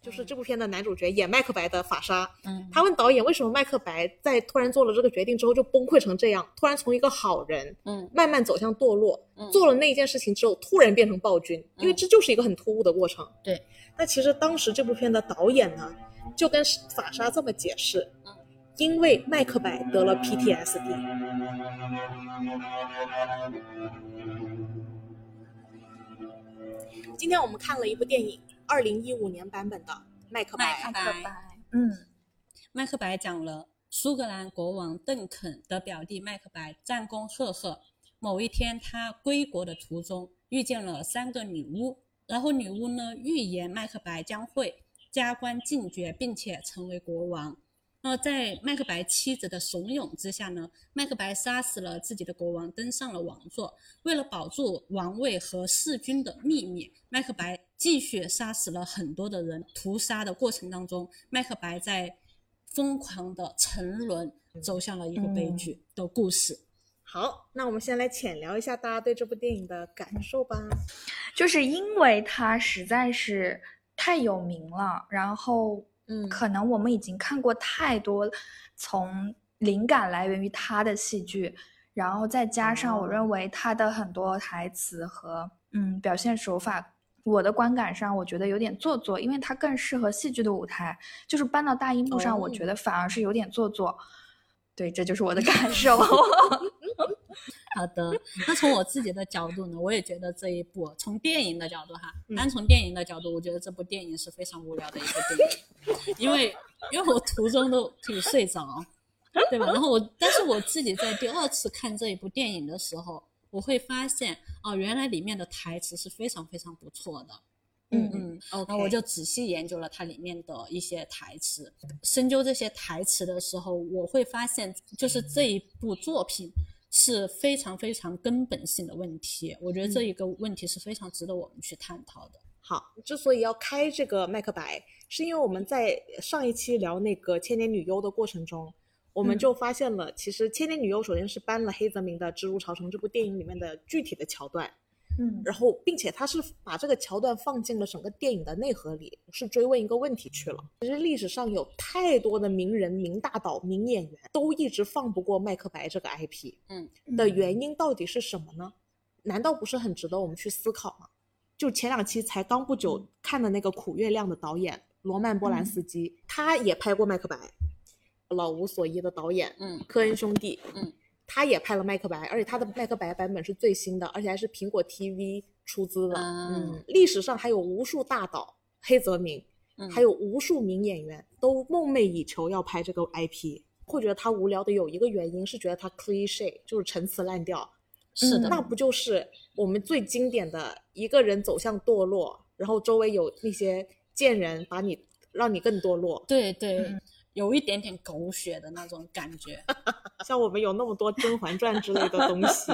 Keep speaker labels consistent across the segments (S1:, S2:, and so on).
S1: 就是这部片的男主角演麦克白的法沙，
S2: 嗯
S1: 他问导演为什么麦克白在突然做了这个决定之后就崩溃成这样，突然从一个好人
S2: 嗯
S1: 慢慢走向堕落，
S2: 嗯
S1: 做了那一件事情之后突然变成暴君，因为这就是一个很突兀的过程。
S2: 对，
S1: 那其实当时这部片的导演呢，就跟法沙这么解释
S2: 嗯，
S1: 因为麦克白得了 PTSD。今天我们看了一部电影，二零一五年版本的《麦克白》
S2: 麦克白
S3: 白，嗯，
S2: 麦克白讲了苏格兰国王邓肯的表弟麦克白战功赫赫。某一天，他归国的途中遇见了三个女巫，然后女巫呢预言麦克白将会加官进爵，并且成为国王。那在麦克白妻子的怂恿之下呢，麦克白杀死了自己的国王，登上了王座。为了保住王位和弑君的秘密，麦克白继续杀死了很多的人。屠杀的过程当中，麦克白在疯狂的沉沦，走向了一个悲剧的故事。
S1: 好，那我们先来浅聊一下大家对这部电影的感受 吧。
S3: 就是因为它实在是太有名了，然后
S1: 嗯
S3: 可能我们已经看过太多从灵感来源于他的戏剧，然后再加上我
S1: 哦
S3: 认为他的很多台词和嗯表现手法。我的观感上，我觉得有点做作，因为它更适合戏剧的舞台，就是搬到大荧幕上，我觉
S1: 哦
S3: 得反而是有点做作。对，这就是我的感
S2: 哦
S3: 受。嗯
S2: 好的，那从我自己的角度呢，我也觉得这一部从电影的角度哈，
S1: 嗯
S2: 单从电影的角度，我觉得这部电影是非常无聊的一部电影， 因为因为我途中都可以睡着，对吧？然后我，但是我自己在第二次看这一部电影的时候，我会发现哦，原来里面的台词是非常非常不错的，
S3: 嗯
S2: 嗯，
S1: o
S2: 然后我就仔细研究了它里面的一些台词。深究这些台词的时候，我会发现，就是这一部作品是非常非常根本性的问题。我觉得这一个问题是非常值得我们去探讨的。
S1: 好。之所以要开这个麦克白，是因为我们在上一期聊那个《千年女优》的过程中，我们
S3: 嗯
S1: 就发现了，其实《千年女优》首先是搬了黑泽明的《蜘蛛朝城》这部电影里面的具体的桥段，
S3: 嗯
S1: 然后并且他是把这个桥段放进了整个电影的内核里，是追问一个问题去了。其实历史上有太多的名人、名大导、名演员都一直放不过麦克白这个 IP。的原因到底是什么呢？难道不是很值得我们去思考吗？就前两期才刚不
S2: 嗯
S1: 久看的那个《苦月亮》的导演罗曼·波兰斯基，他也拍过《麦克白》，老无所依的导演
S2: 嗯
S1: 科恩兄弟，
S2: 嗯，
S1: 他也拍了《麦克白》，而且他的《麦克白》版本是最新的，而且还是苹果 TV 出资的。
S2: 啊
S1: 嗯，历史上还有无数大导，黑泽明，
S2: 嗯，
S1: 还有无数名演员都梦寐以求要拍这个 IP，会觉得它无聊的有一个原因是觉得它 cliche，就是陈词滥调。
S2: 是的，
S1: 那不就是我们最经典的一个人走向堕落，然后周围有那些贱人把你让你更堕落。
S2: 对对，
S3: 嗯
S2: 有一点点狗血的那种感觉。
S1: 像我们有那么多《甄嬛传》之类的东西，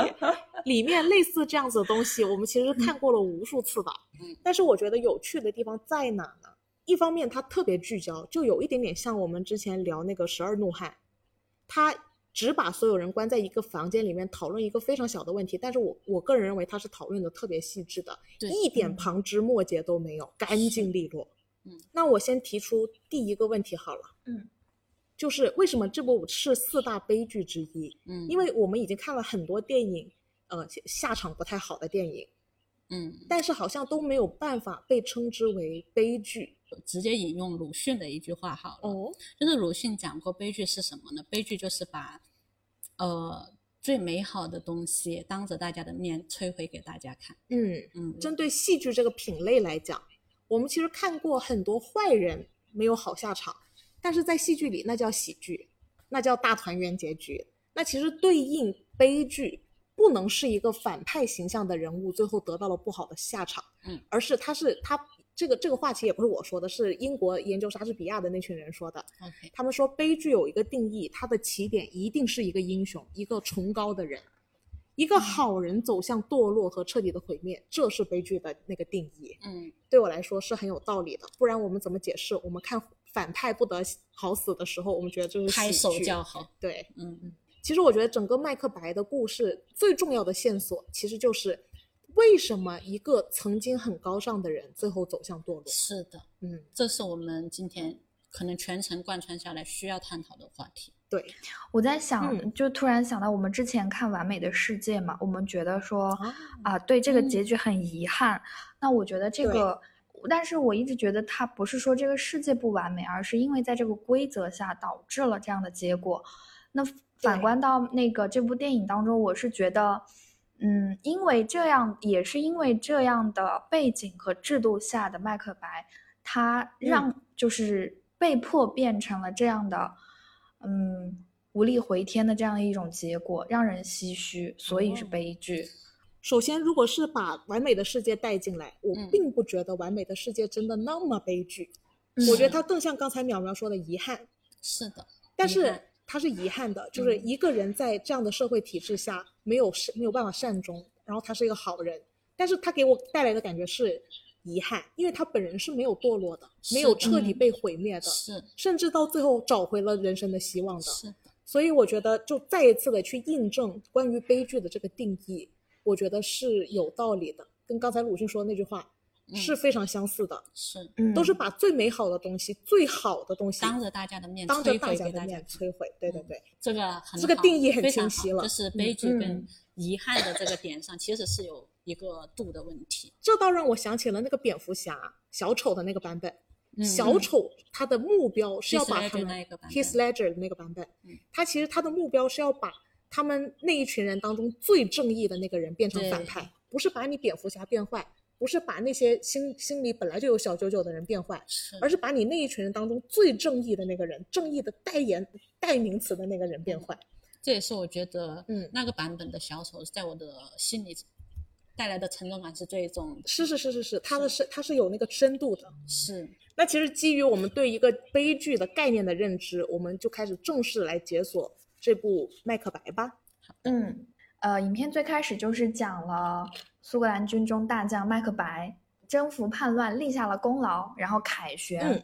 S1: 里面类似这样子的东西，我们其实看过了无数次吧
S2: 嗯。
S1: 但是我觉得有趣的地方在哪呢？一方面它特别聚焦，就有一点点像我们之前聊那个《十二怒汉》，它只把所有人关在一个房间里面讨论一个非常小的问题，但是我我个人认为它是讨论的特别细致的，
S2: 对
S1: 一点
S3: 嗯
S1: 旁枝末节都没有，干净利落。
S2: 嗯，
S1: 那我先提出第一个问题好了，
S3: 嗯，
S1: 就是为什么这部是四大悲剧之一？
S2: 嗯，
S1: 因为我们已经看了很多电影，呃，下下场不太好的电影，
S2: 嗯，
S1: 但是好像都没有办法被称之为悲剧。
S2: 直接引用鲁迅的一句话好了。
S1: 哦，
S2: 就是鲁迅讲过，悲剧是什么呢？悲剧就是把，呃，最美好的东西当着大家的面摧毁给大家看。
S1: 嗯，
S2: 嗯，
S1: 针对戏剧这个品类来讲，我们其实看过很多坏人没有好下场，但是在戏剧里那叫喜剧，那叫大团圆结局。那其实对应悲剧，不能是一个反派形象的人物最后得到了不好的下场，
S2: 嗯，
S1: 而是他是他这个这个话题也不是我说的，是英国研究莎士比亚的那群人说的。
S2: ，OK，
S1: 他们说悲剧有一个定义，它的起点一定是一个英雄，一个崇高的人，一
S2: 嗯
S1: 个好人走向堕落和彻底的毁灭，这是悲剧的那个定义。
S2: 嗯，
S1: 对我来说是很有道理的，不然我们怎么解释？我们看反派不得好死的时候，我们觉得这是
S2: 拍
S1: 嗯喜
S2: 手
S1: 剧
S2: 叫好。
S1: 对。
S2: 嗯
S1: 其实我觉得整个麦克白的故事最重要的线索，其实就是为什么一个曾经很高尚的人最后走向堕落？
S2: 是的，
S1: 嗯，
S2: 这是我们今天可能全程贯穿下来需要探讨的话题。
S1: 对，
S3: 我在想，
S1: 嗯
S3: 就突然想到我们之前看《完美的世界》嘛，我们觉得说
S1: 啊
S3: 啊，对这个
S2: 嗯
S3: 结局很遗憾。那我觉得这
S1: 对
S3: 个，但是我一直觉得它不是说这个世界不完美，而是因为在这个规则下导致了这样的结果。那反
S1: 对
S3: 观到那个这部电影当中，我是觉得，嗯，因为这样，也是因为这样的背景和制度下的麦克白，他
S1: 嗯
S3: 让就是被迫变成了这样的，嗯，无力回天的这样一种结果，让人唏嘘，所以是
S1: 哦
S3: 悲剧。
S1: 首先，如果是把完美的世界带进来，我
S2: 嗯
S1: 并不觉得完美的世界真的那么悲剧，
S3: 嗯
S1: 我觉得它更像刚才淼淼说的遗憾，
S2: 是的，
S1: 但
S2: 遗
S1: 是
S2: 憾
S1: 它是遗憾的，就是
S2: 嗯
S1: 一个人在这样的社会体制下没有善没有办法善终，然后他是一个好人，但是他给我带来的感觉是遗憾，因为他本人是没有堕落的，没有
S2: 是
S1: 彻底
S3: 嗯
S1: 被毁灭的，
S2: 是
S1: 甚至到最后找回了人生的希望的。
S2: 是的，
S1: 所以我觉得，就再一次的去印证关于悲剧的这个定义，我觉得是有道理的，跟刚才鲁迅说的那句话
S2: 嗯
S1: 是非常相似的，
S2: 是
S3: 嗯，
S1: 都是把最美好的东西、最好的东西
S2: 当着大家的面
S1: 当着
S2: 摧
S1: 大
S2: 毁
S1: 家
S2: 给
S1: 的
S2: 大家嗯
S1: 面，摧毁。对对对，
S2: 这个很
S1: 这个
S2: 好
S1: 定义很
S2: 非
S1: 清
S2: 常
S1: 晰
S2: 好
S1: 了
S2: 就是悲
S3: 嗯
S2: 剧跟
S3: 嗯
S2: 遗憾的这个点上，其实是有一个度的问题。
S1: 这倒让我想起了那个蝙蝠侠小丑的那个版本。
S2: 嗯
S1: 小丑他的目标是要
S2: Heath
S1: 把
S2: Ledger
S1: 他们
S2: 那一个版
S1: His
S2: 本
S1: Ledger 的那个版本
S2: 嗯，
S1: 他其实他的目标是要把他们那一群人当中最正义的那个人变成反
S2: 对
S1: 派，不是把你蝙蝠侠变坏，不是把那些心心里本来就有小九九的人变坏，
S2: 是
S1: 而是把你那一群人当中最正义的那个人，正义的代言代名词的那个人变
S2: 嗯
S1: 坏。
S2: 这也是我觉得，
S1: 嗯
S2: 那个版本的小丑在我的心里带来的沉重感是最重的。
S1: 是是是是是，他的是他是有那个深度的，
S2: 是，
S1: 那其实基于我们对一个悲剧的概念的认知，我们就开始正式来解锁这部《麦克白》吧。
S3: 嗯，呃，影片最开始就是讲了苏格兰军中大将麦克白征服叛乱立下了功劳，然后凯旋，
S1: 嗯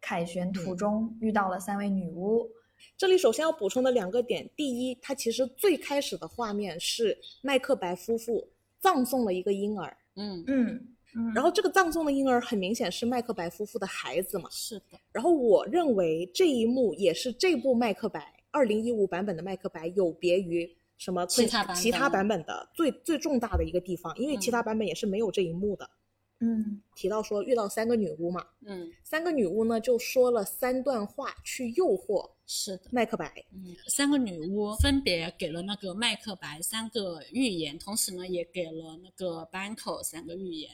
S3: 凯旋途中遇到了三位女巫，
S1: 这里首先要补充的两个点，第一，它其实最开始的画面是麦克白夫妇葬送了一个婴儿，
S2: 嗯，
S3: 嗯嗯，
S1: 然后这个葬送的婴儿很明显是麦克白夫妇的孩子嘛。
S2: 是的，
S1: 然后我认为这一幕也是这部《麦克白》二零一五版本的《麦克白》有别于什么
S2: 其他版本嗯
S1: 其他版本的最最重大的一个地方，因为其他版本也是没有这一幕的。
S3: 嗯
S1: 提到说遇到三个女巫嘛，
S2: 嗯，
S1: 三个女巫呢就说了三段话去诱惑
S2: 是的，
S1: 麦克白。
S2: 嗯，三个女巫分别给了那个麦克白三个预言，同时呢，也给了那个班口三个预言。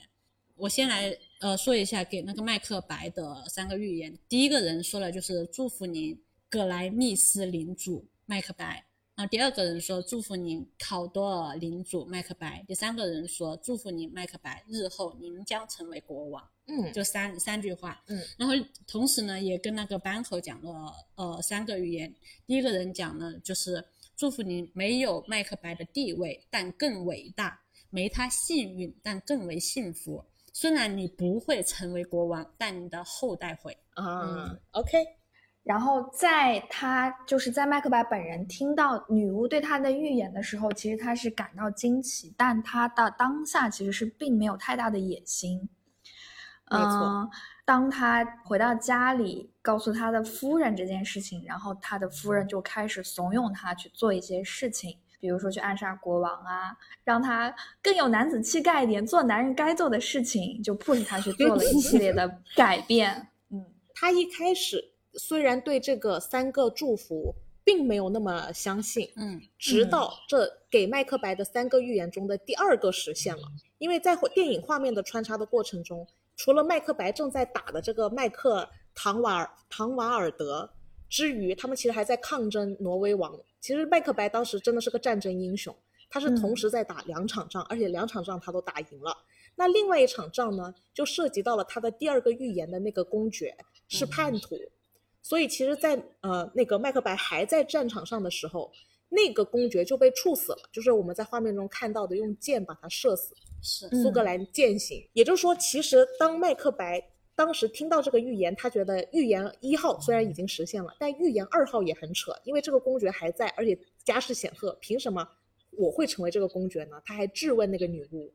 S2: 我先来呃说一下给那个麦克白的三个预言。第一个人说了就是祝福您，葛莱密斯领主麦克白。然后第二个人说祝福您，考多尔领主麦克白。第三个人说祝福您，麦克白，日后您将成为国王。
S1: 嗯，
S2: 就三三句话。
S1: 嗯，
S2: 然后同时呢，也跟那个班口讲了呃三个语言。第一个人讲呢，就是祝福您没有麦克白的地位，但更伟大；没他幸运，但更为幸福。虽然你不会成为国王，但你的后代会。
S1: 啊，OK，
S2: 嗯
S3: 然后在他就是在麦克白本人听到女巫对他的预言的时候，其实他是感到惊奇，但他的当下其实是并没有太大的野心。
S1: 没错
S3: 嗯，当他回到家里，告诉他的夫人这件事情，然后他的夫人就开始怂恿他去做一些事情，比如说去暗杀国王啊，让他更有男子气概一点，做男人该做的事情，就 push 他去做了一系列的改变。 嗯，
S1: 他一开始虽然对这个三个祝福并没有那么相信，
S2: 嗯，
S1: 直到这给麦克白的三个预言中的第二个实现了，因为在电影画面的穿插的过程中，除了麦克白正在打的这个麦克唐瓦尔唐瓦尔德之余，他们其实还在抗争挪威王。其实麦克白当时真的是个战争英雄，他是同
S3: 嗯
S1: 时在打两场仗，而且两场仗他都打赢了。那另外一场仗呢，就涉及到了他的第二个预言的那个公爵是叛徒，所以其实在，呃那个麦克白还在战场上的时候，那个公爵就被处死了，就是我们在画面中看到的用箭把他射死，
S2: 是
S3: 嗯
S1: 苏格兰践行。也就是说，其实当麦克白当时听到这个预言，他觉得预言一号虽然已经实现了，但预言二号也很扯，因为这个公爵还在，而且家世显赫，凭什么我会成为这个公爵呢？他还质问那个女巫。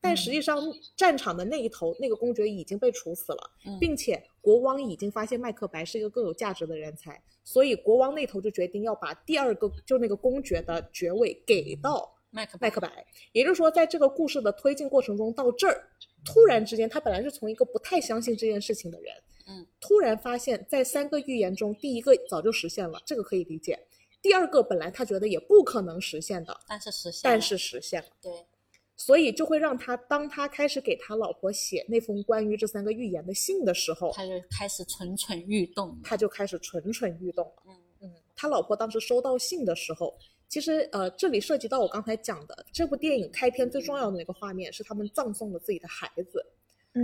S1: 但实际上战场的那一头，那个公爵已经被处死了，
S2: 嗯
S1: 并且国王已经发现麦克白是一个更有价值的人才，所以国王那头就决定要把第二个就那个公爵的爵位给到
S2: 麦克
S1: 麦克白。也就是说，在这个故事的推进过程中，到这儿突然之间，他本来是从一个不太相信这件事情的人，
S2: 嗯，
S1: 突然发现，在三个预言中，第一个早就实现了，这个可以理解；第二个本来他觉得也不可能实现的，
S2: 但是实现了，
S1: 但是实现了。
S2: 对，
S1: 所以就会让他，当他开始给他老婆写那封关于这三个预言的信的时候，
S2: 他就开始蠢蠢欲动了。
S1: 他就开始蠢蠢欲动了。
S2: 嗯
S1: 嗯，他老婆当时收到信的时候，其实呃，这里涉及到我刚才讲的，这部电影开篇最重要的那个画面是他们葬送了自己的孩子，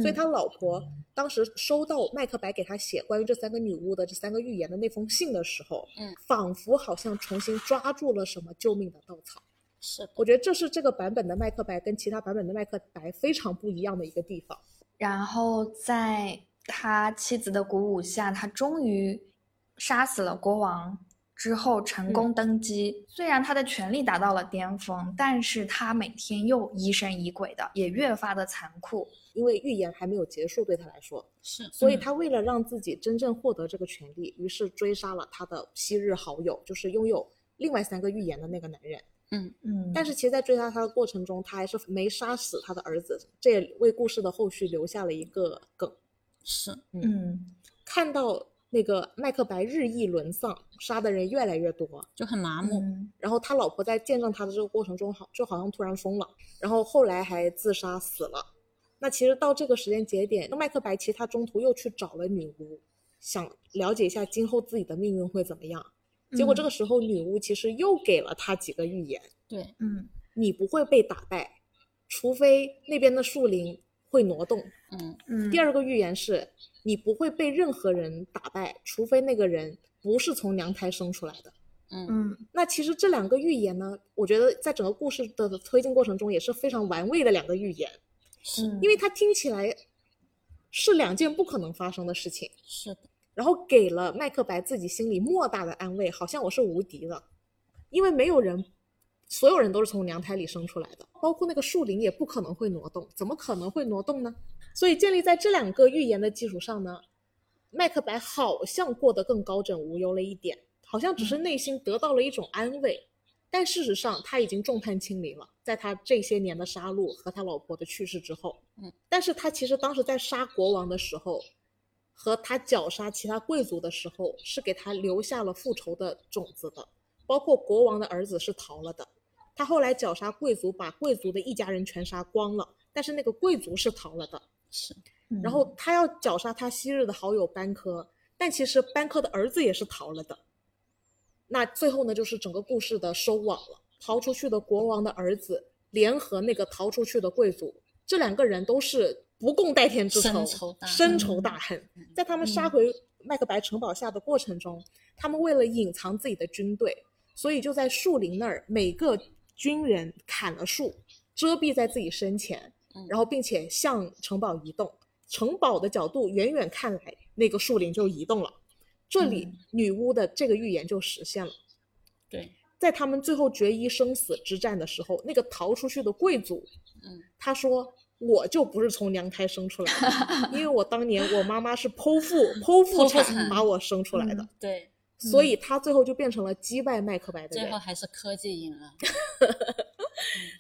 S1: 所以
S3: 嗯
S1: 他老婆当时收到麦克白给他写关于这三个女巫的这三个预言的那封信的时候，
S2: 嗯，
S1: 仿佛好像重新抓住了什么救命的稻草。
S2: 是的，
S1: 我觉得这是这个版本的麦克白跟其他版本的麦克白非常不一样的一个地方。
S3: 然后在他妻子的鼓舞下，他终于杀死了国王之后成功
S1: 嗯
S3: 登基。虽然他的权力达到了巅峰，但是他每天又疑神疑鬼的，也越发的残酷。
S1: 因为预言还没有结束，对他来说，
S2: 是
S1: 所以
S3: 嗯
S1: 他为了让自己真正获得这个权利，于是追杀了他的昔日好友，就是拥有另外三个预言的那个男人。
S3: 嗯，
S1: 但是其实，在追杀他的过程中，他还是没杀死他的儿子，这也为故事的后续留下了一个梗。
S2: 是，
S3: 嗯，
S1: 看到那个麦克白日益沦丧，杀的人越来越多，
S2: 就很麻木。
S3: 嗯，
S1: 然后他老婆在见证他的这个过程中，好就好像突然疯了，然后后来还自杀死了。那其实到这个时间节点，麦克白其实他中途又去找了女巫，想了解一下今后自己的命运会怎么样。结
S3: 嗯
S1: 果这个时候，女巫其实又给了他几个预言：
S2: 对，
S3: 嗯，
S1: 你不会被打败，除非那边的树林会挪动。
S2: 嗯，
S3: 嗯，
S1: 第二个预言是，你不会被任何人打败，除非那个人不是从娘胎生出来的。
S2: 嗯，
S3: 嗯，
S1: 那其实这两个预言呢，我觉得在整个故事的推进过程中也是非常玩味的两个预言，
S2: 是
S3: 嗯
S1: 因为它听起来是两件不可能发生的事情，
S2: 是的，
S1: 然后给了麦克白自己心里莫大的安慰，好像我是无敌的，因为没有人，所有人都是从娘胎里生出来的，包括那个树林也不可能会挪动，怎么可能会挪动呢？所以建立在这两个预言的基础上呢，麦克白好像过得更高枕无忧了一点，好像只是内心得到了一种安慰，但事实上他已经众叛亲离了，在他这些年的杀戮和他老婆的去世之后，
S2: 嗯，
S1: 但是他其实当时在杀国王的时候，和他绞杀其他贵族的时候，是给他留下了复仇的种子的，包括国王的儿子是逃了的，他后来绞杀贵族，把贵族的一家人全杀光了，但是那个贵族是逃了的。
S2: 是
S3: 嗯
S1: 然后他要绞杀他昔日的好友班科，但其实班科的儿子也是逃了的。那最后呢，就是整个故事的收网了。逃出去的国王的儿子联合那个逃出去的贵族，这两个人都是不共戴天之仇，
S2: 深仇大恨
S1: 深仇大恨
S2: 嗯。
S1: 在他们杀回麦克白城堡下的过程中，他们为了隐藏自己的军队，所以就在树林那儿，每个军人砍了树，遮蔽在自己身前
S2: 嗯，
S1: 然后并且向城堡移动。城堡的角度远远看来，那个树林就移动了。这里
S3: 嗯
S1: 女巫的这个预言就实现了。
S2: 对，
S1: 在他们最后决一生死之战的时候，那个逃出去的贵族，
S2: 嗯，
S1: 他说：“我就不是从娘胎生出来 的，因为我当年我妈妈是剖腹剖腹
S2: 剖腹
S1: 产
S2: 产
S1: 把我生出来的，
S2: 对，
S1: 所以他最后就变成了击败麦克白的
S2: 最
S1: 人
S2: 后。还是科技赢了。”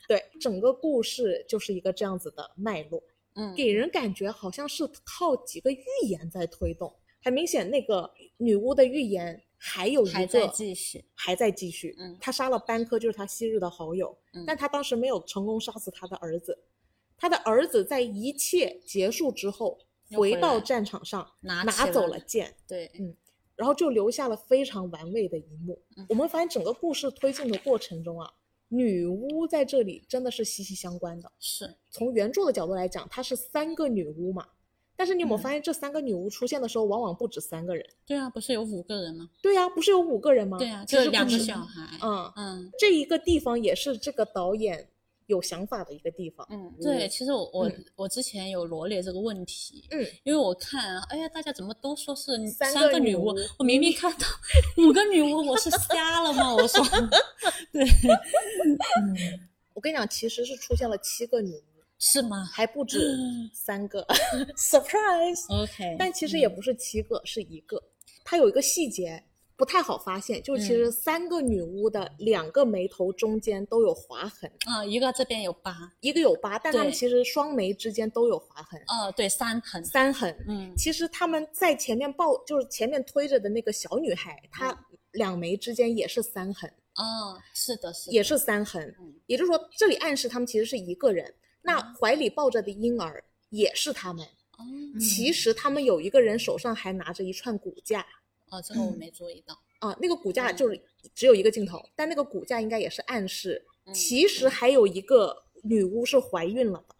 S1: 对，整个故事就是一个这样子的脉络。
S2: 嗯，
S1: 给人感觉好像是靠几个预言在推动，很明显那个女巫的预言还有一个
S2: 还在继续。
S1: 还在继续
S2: 嗯
S1: 她杀了班科，就是她昔日的好友，
S2: 嗯
S1: 但她当时没有成功杀死她的儿子，她的儿子在一切结束之后
S2: 又
S1: 回
S2: 回
S1: 到
S2: 来
S1: 战场上
S2: 拿
S1: 拿
S2: 起
S1: 走
S2: 了
S1: 了剑，
S2: 对，
S1: 然后就留下了非常玩味的一幕
S2: 嗯。
S1: 我们发现整个故事推进的过程中啊，女巫在这里真的是息息相关的。
S2: 是
S1: 从原著的角度来讲，它是三个女巫嘛。但是你有没有
S3: 嗯
S1: 发现，这三个女巫出现的时候，往往不止三个人？
S2: 对啊，不是有五个人吗？
S1: 对呀、不是有五个人吗？
S2: 对啊，
S1: 嗯其
S2: 就
S1: 实
S2: 两
S1: 不
S2: 个
S1: 止
S2: 小孩。
S1: 嗯，
S2: 嗯
S1: 这一个地方也是这个导演有想法的一个地方。
S2: 嗯，对，其实我我
S1: 嗯
S2: 我之前有罗列这个问题，
S1: 嗯，
S2: 因为我看，哎呀，大家怎么都说是女
S1: 三
S2: 三
S1: 个
S2: 个
S1: 女
S2: 女巫
S1: 巫，
S2: 我明明看到五个女巫，我是瞎了吗？我说，对，
S3: 嗯
S1: 我跟你讲，其实是出现了七个女巫，
S2: 是吗
S1: 还不止
S2: 嗯
S1: 三个 ，surprise！
S2: ？OK，
S1: 但其实
S2: 嗯
S1: 也不是七个，是一个。它有一个细节不太好发现，就是其
S2: 嗯
S1: 实三个女巫的两个眉头中间都有划痕，
S2: 啊、一个这边有疤，
S1: 一个有疤，但她们
S2: 对
S1: 其实双眉之间都有划痕，
S2: 呃，对，三痕，
S1: 三痕。
S2: 嗯，
S1: 其实她们在前面抱，就是前面推着的那个小女孩，
S2: 嗯
S1: 她两眉之间也是三痕，
S2: 哦，是的，是的，
S1: 也是三痕。
S2: 嗯，
S1: 也就是说，这里暗示她们其实是一个人。那怀里抱着的婴儿也是她们。
S2: 哦，
S3: 嗯
S1: 其实他们有一个人手上还拿着一串骨架
S2: 哦，这个我
S3: 嗯
S2: 没注意到，
S1: 啊，那个骨架
S2: 嗯
S1: 就是只有一个镜头，但那个骨架应该也是暗示，
S2: 嗯
S1: 其实还有一个女巫是怀孕了的，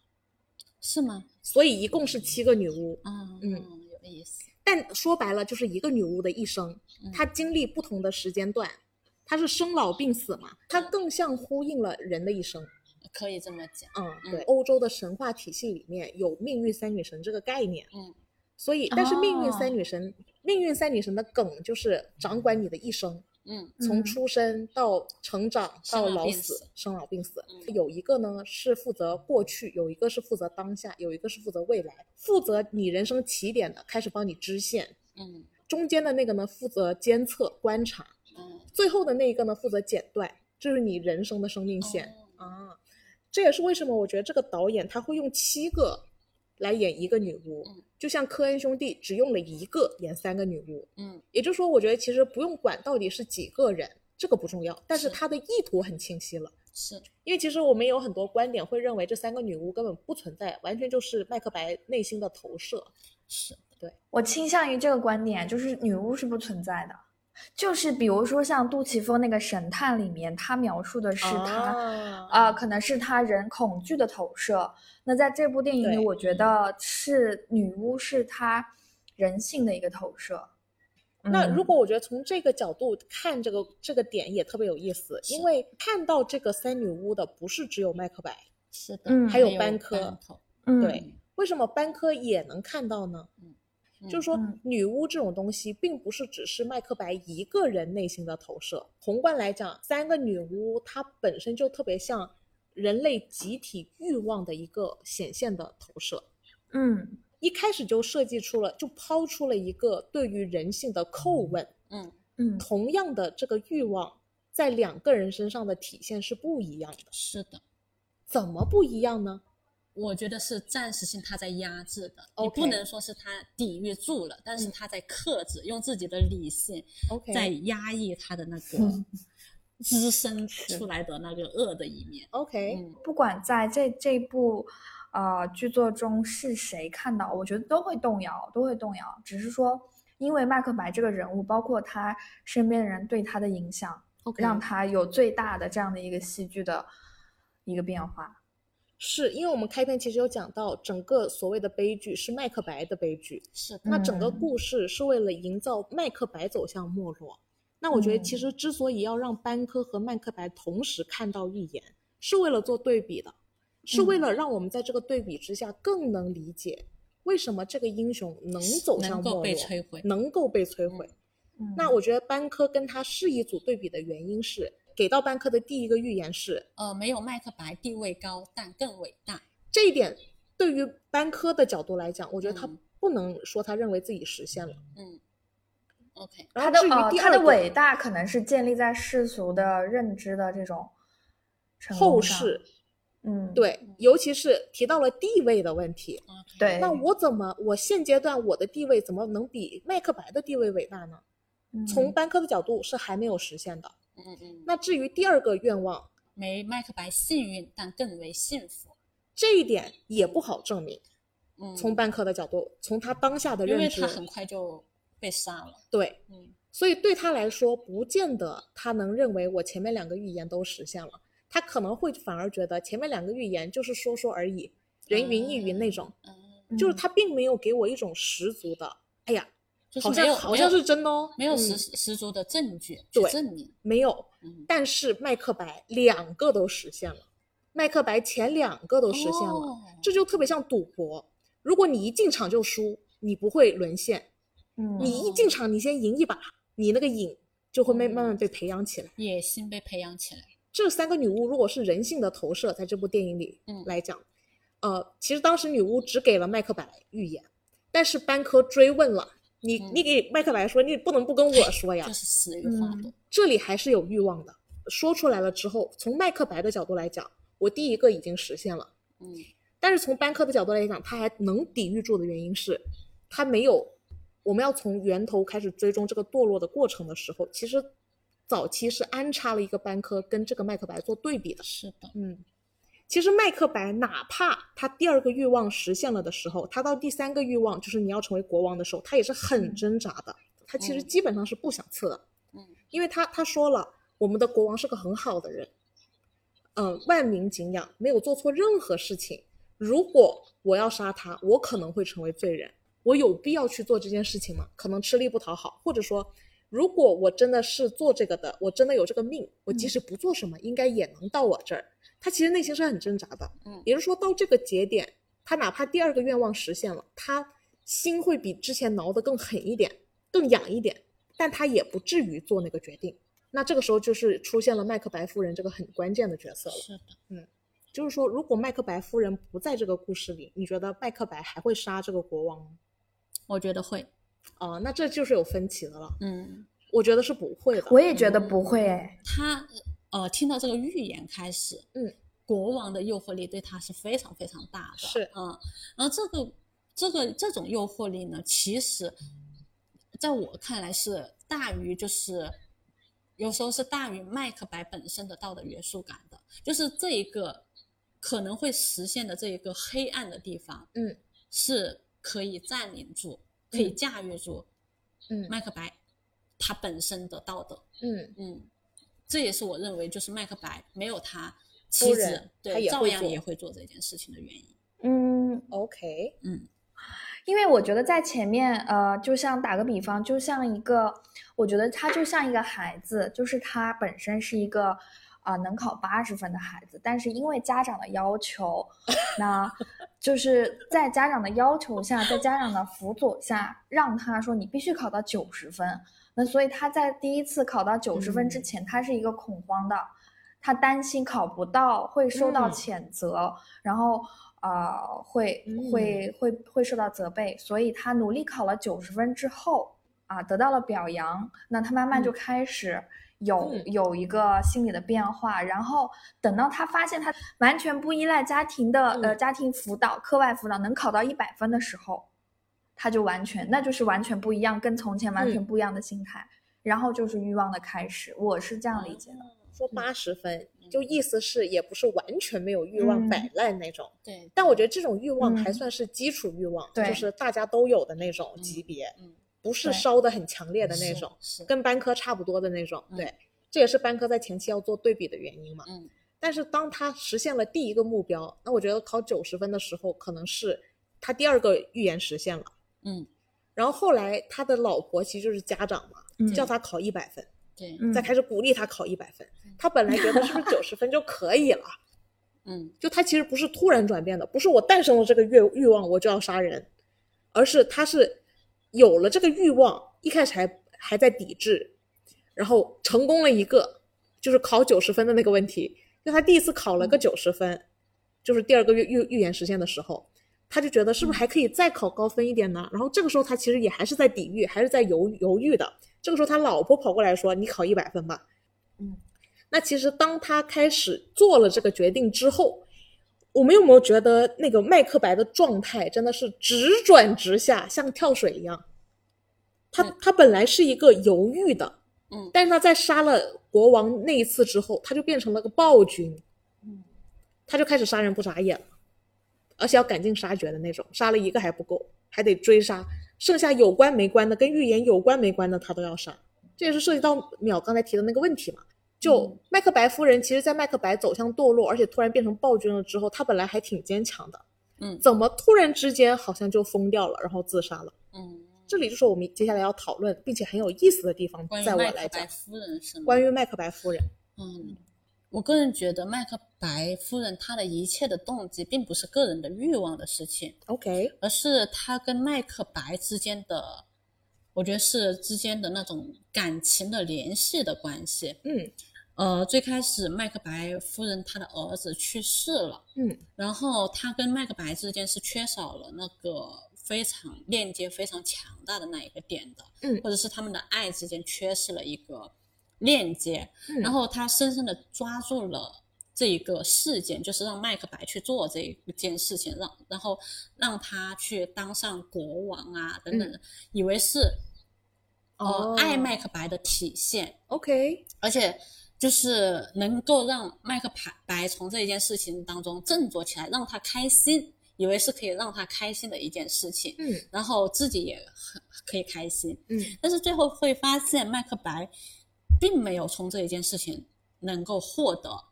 S2: 是吗？
S1: 所以一共是七个女巫。
S2: 啊，
S1: 嗯
S2: 嗯，有意思，
S1: 但说白了，就是一个女巫的一生，
S2: 嗯
S1: 她经历不同的时间段，她是生老病死嘛，她
S2: 嗯
S1: 更像呼应了人的一生。
S2: 可以这么讲，
S1: 嗯，对，
S2: 嗯
S1: 欧洲的神话体系里面有命运三女神这个概念。
S2: 嗯，
S1: 所以，但是命运
S3: 哦
S1: 三女神，命运三女神的梗就是掌管你的一生，
S2: 嗯，
S1: 从
S3: 嗯
S1: 出生到成长
S2: 生
S1: 到
S2: 老
S1: 老
S2: 病
S1: 死
S2: 死，
S1: 生老病死。
S2: 嗯
S1: 有一个呢是负责过去，有一个是负责当下，有一个是负责未来，负责你人生起点的开始帮你支线，
S2: 嗯，
S1: 中间的那个呢负责监测观察，
S2: 嗯，
S1: 最后的那一个呢负责剪断，这是你人生的生命线。
S2: 哦
S1: 啊，这也是为什么我觉得这个导演他会用七个来演一个女巫
S2: 嗯，
S1: 就像科恩兄弟只用了一个演三个女巫，
S2: 嗯，
S1: 也就是说，我觉得其实不用管到底是几个人，这个不重要，但是
S2: 是
S1: 他的意图很清晰了。
S2: 是，
S1: 因为其实我们有很多观点会认为这三个女巫根本不存在，完全就是麦克白内心的投射。
S2: 是，
S3: 我倾向于这个观点，就是女巫是不存在的。就是比如说像杜琪峰那个《神探》里面，他描述的是他
S1: 啊，
S3: 啊、可能是他人恐惧的投射。那在这部电影里，
S1: 对嗯
S3: 我觉得是女巫是他人性的一个投射。
S1: 那如
S3: 嗯
S1: 果我觉得从这个角度看这个这个点也特别有意思，因
S2: 是
S1: 为看到这个三女巫的不是只有麦克白，
S2: 是的，
S3: 嗯
S1: 还有班科
S2: 头，
S3: 嗯
S1: 对为什么班科也能看到呢？
S2: 嗯
S1: 就是说
S3: 嗯，
S1: 女巫这种东西，并不是只是麦克白一个人内心的投射。宏观来讲，三个女巫她本身就特别像人类集体欲望的一个显现的投射。
S3: 嗯
S1: 一开始就设计出了，就抛出了一个对于人性的叩问。
S2: 嗯，
S3: 嗯
S1: 同样的，这个欲望在两个人身上的体现是不一样的。
S2: 是的，
S1: 怎么不一样呢？
S2: 我觉得是暂时性他在压制的你
S1: OK 嗯
S2: 不能说是他抵御住了，但是他在克制，用自己的理性
S1: OK，
S2: 在压抑他的那个 滋生出来的那个恶的一面。
S1: OK，、
S2: 嗯，
S3: 不管在这这部呃剧作中是谁看到，我觉得都会动摇，都会动摇。只是说，因为麦克白这个人物，包括他身边的人对他的影响，
S1: OK，
S3: 让他有最大的这样的一个戏剧的一个变化。
S1: 是因为我们开篇其实有讲到，整个所谓的悲剧是麦克白的悲剧，
S2: 是的，
S1: 那整个
S3: 嗯
S1: 故事是为了营造麦克白走向没落。那我觉得其
S3: 嗯
S1: 实之所以要让班科和麦克白同时看到一眼，是为了做对比的，是为
S3: 嗯
S1: 了让我们在这个对比之下更能理解为什么这个英雄能走向
S2: 能
S1: 没
S2: 够
S1: 落，嗯
S2: 被摧毁。
S1: 能够被摧毁。
S3: 嗯，
S1: 那我觉得班科跟他是一组对比的原因是，给到班科的第一个预言是
S2: 呃，没有麦克白地位高，但更伟大。
S1: 这一点，对于班科的角度来讲，我觉得他
S2: 嗯
S1: 不能说他认为自己实现了。
S2: 嗯，OK，
S1: 然
S3: 他
S1: 后至
S3: 的
S1: 于
S3: 呃
S1: 第
S3: 他
S1: 二
S3: 的
S1: 个
S3: 伟大可能是建立在世俗的认知的这种成功
S1: 后
S3: 上，
S1: 世，
S3: 嗯，
S1: 对，尤其是提到了地位的问题，
S2: OK，
S3: 对，
S1: 那我怎么我现阶段我的地位怎么能比麦克白的地位伟大呢？从
S3: 嗯
S1: 班科的角度是还没有实现的。
S2: 嗯嗯，
S1: 那至于第二个愿望，
S2: 没麦克白幸运，但更为幸福。
S1: 这一点也不好证明。
S2: 嗯，
S1: 从班科的角度，从他当下的
S2: 因为
S1: 认知
S2: 他，很快就被杀了。
S1: 对，
S2: 嗯，
S1: 所以对他来说，不见得他能认为我前面两个预言都实现了，他可能会反而觉得前面两个预言就是说说而已，人云亦云那种，
S2: 嗯，
S1: 就是
S3: 嗯
S1: 他并没有给我一种十足的，哎呀，
S2: 就是
S1: 好
S2: 没有
S1: 像好像是真的
S2: 哦，
S1: 哦，
S2: 没有
S1: 嗯
S2: 十十足的证据去
S1: 对
S2: 证明。
S1: 没有，
S2: 嗯，
S1: 但是麦克白两个都实现了，麦克白前两个都实现了，
S2: 哦
S1: 这就特别像赌博，如果你一进场就输，你不会沦陷，
S3: 嗯
S1: 你一
S2: 哦
S1: 进场你先赢一把，你那个瘾就会慢慢慢被培养起来。
S2: 野心被培养起来。
S1: 这三个女巫如果是人性的投射，在这部电影里
S2: 嗯
S1: 来讲，呃，其实当时女巫只给了麦克白预言，但是班科追问了你，你给麦克白说，你不能不跟我说呀
S2: 这。嗯是死于
S1: 嗯
S2: 话多。
S1: 这里还是有欲望的，说出来了之后，从麦克白的角度来讲，我第一个已经实现了。
S2: 嗯
S1: 但是从班克的角度来讲，他还能抵御住的原因是，他没有。我们要从源头开始追踪这个堕落的过程的时候，其实早期是安插了一个班科跟这个麦克白做对比的。
S2: 是的，
S1: 嗯，其实麦克白哪怕他第二个欲望实现了的时候，他到第三个欲望就是你要成为国王的时候，他也是很挣扎的。他其实
S2: 嗯
S1: 基本上是不想刺的，
S2: 嗯，
S1: 因为他他说了，我们的国王是个很好的人，嗯、万民敬仰，没有做错任何事情。如果我要杀他，我可能会成为罪人，我有必要去做这件事情吗？可能吃力不讨好，或者说，如果我真的是做这个的，我真的有这个命，我
S2: 嗯
S1: 即使不做什么，应该也能到我这儿。他其实内心是很挣扎的，
S2: 嗯
S1: 也就是说到这个节点，他哪怕第二个愿望实现了，他心会比之前挠得更狠一点，更痒一点，但他也不至于做那个决定。那这个时候就是出现了麦克白夫人这个很关键的角色了。
S2: 是的，
S1: 就是说，如果麦克白夫人不在这个故事里，你觉得麦克白还会杀这个国王吗？
S2: 我觉得会。
S1: 啊、那这就是有分歧的了。
S2: 嗯，
S1: 我觉得是不会的。
S3: 我也觉得不会哎，
S2: 他呃听到这个预言开始，
S1: 嗯，
S2: 国王的诱惑力对他是非常非常大的。
S1: 是
S2: 嗯，然后这个这个这种诱惑力呢，其实在我看来是大于就是。有时候是大于麦克白本身的道德约束感的，就是这一个可能会实现的这一个黑暗的地方，
S1: 嗯，
S2: 是可以占领住、可以驾驭住
S1: 嗯
S2: 麦克白他本身的道德，
S1: 嗯，
S2: 嗯，这也是我认为就是麦克白没有他
S1: 夫
S2: 妻
S1: 人
S2: 子，
S1: 他
S2: 对，
S1: 也
S2: 照
S1: 会
S2: 样
S1: 做
S2: 也会做这件事情的原因。
S3: 嗯，
S1: OK，
S2: 嗯
S3: 因为我觉得在前面，呃，就像打个比方，就像一个，我觉得他就像一个孩子，就是他本身是一个，啊、能考八十分的孩子，但是因为家长的要求，那就是在家长的要求下，在家长的辅佐下，让他说你必须考到九十分。那所以他在第一次考到九十分之
S1: 嗯
S3: 前，他是一个恐慌的，他担心考不到会受到
S1: 嗯
S3: 谴责，然后呃会
S1: 嗯
S3: 会会会受到责备，所以他努力考了九十分之后啊、得到了表扬，那他慢慢就开始有、
S1: 嗯
S3: 有一个心理的变化，然后等到他发现他完全不依赖家庭的、呃
S1: 嗯
S3: 家庭辅导、课外辅导能考到一百分的时候，他就完全那就是完全不一样，跟从前完
S1: 嗯
S3: 全不一样的心态。然后就是欲望的开始，我是这样理解的。
S1: 说八十分，就意思是也不是完全没有欲望
S3: 嗯
S1: 摆烂那种。
S2: 对，
S1: 但我觉得这种欲望还
S3: 嗯
S1: 算是基础欲望，
S3: 对
S1: 就是大家都有的那种级别，
S2: 嗯
S1: 不是
S3: 对
S1: 烧的很强烈的那
S2: 是
S1: 种，
S2: 是
S1: 跟班科差不多的那种。
S2: 嗯
S1: 对，这也是班科在前期要做对比的原因嘛。
S2: 嗯
S1: 但是当他实现了第一个目标，那我觉得考九十分的时候，可能是他第二个预言实现了。
S2: 嗯
S1: 然后后来他的老婆其实就是家长嘛，
S3: 嗯
S1: 叫他考一百分，
S2: 对
S3: 嗯
S1: 再开始鼓励他考一百分
S2: 嗯。
S1: 他本来觉得是不是九十分就可以了？
S2: 嗯
S1: 就他其实不是突然转变的，不是我诞生了这个欲欲望我就要杀人，而是他是有了这个欲望，一开始还还在抵制，然后成功了一个，就是考九十分的那个问题，就他第一次考了个九十分，就是第二个预预预言实现的时候，他就觉得是不是还可以再考高分一点呢？然后这个时候他其实也还是在抵御，还是在犹犹豫的。这个时候他老婆跑过来说：“你考一百分吧。”
S3: 嗯，
S1: 那其实当他开始做了这个决定之后，我们有没有觉得那个麦克白的状态真的是直转直下，像跳水一样？他
S2: 嗯
S1: 他本来是一个犹豫的，
S2: 嗯
S1: 但是他在杀了国王那一次之后，他就变成了个暴君，
S2: 嗯，
S1: 他就开始杀人不眨眼了，而且要赶尽杀绝的那种，杀了一个还不够，还得追杀，剩下有关没关的、跟预言有关没关的他都要杀。这也是涉及到淼刚才提的那个问题嘛。就
S2: 嗯
S1: 麦克白夫人，其实，在麦克白走向堕落，而且突然变成暴君了之后，她本来还挺坚强的，
S2: 嗯
S1: 怎么突然之间好像就疯掉了，然后自杀了？
S2: 嗯，
S1: 这里就是我们接下来要讨论并且很有意思的地方
S2: 关，于
S1: 在我
S2: 麦
S1: 来
S2: 克白
S1: 讲，
S2: 夫人是吗？
S1: 关于麦克白夫人，
S2: 嗯，我个人觉得麦克白夫人她的一切的动机并不是个人的欲望的事情，
S1: OK，
S2: 而是她跟麦克白之间的，我觉得是之间的那种感情的联系的关系。
S1: 嗯
S2: 呃，最开始麦克白夫人她的儿子去世了，
S1: 嗯，
S2: 然后她跟麦克白之间是缺少了那个非常链接非常强大的那一个点的，
S1: 嗯
S2: 或者是他们的爱之间缺失了一个链接，
S1: 嗯
S2: 然后她深深的抓住了。这一个事件就是让麦克白去做这一件事情，让然后让他去当上国王啊等等，的，以为是呃
S1: 嗯哦
S2: 爱麦克白的体现，
S1: OK，
S2: 而且就是能够让麦克白白从这一件事情当中振作起来，让他开心，以为是可以让他开心的一件事情，
S1: 嗯
S2: 然后自己也很可以开心，
S1: 嗯
S2: 但是最后会发现麦克白并没有从这一件事情能够获得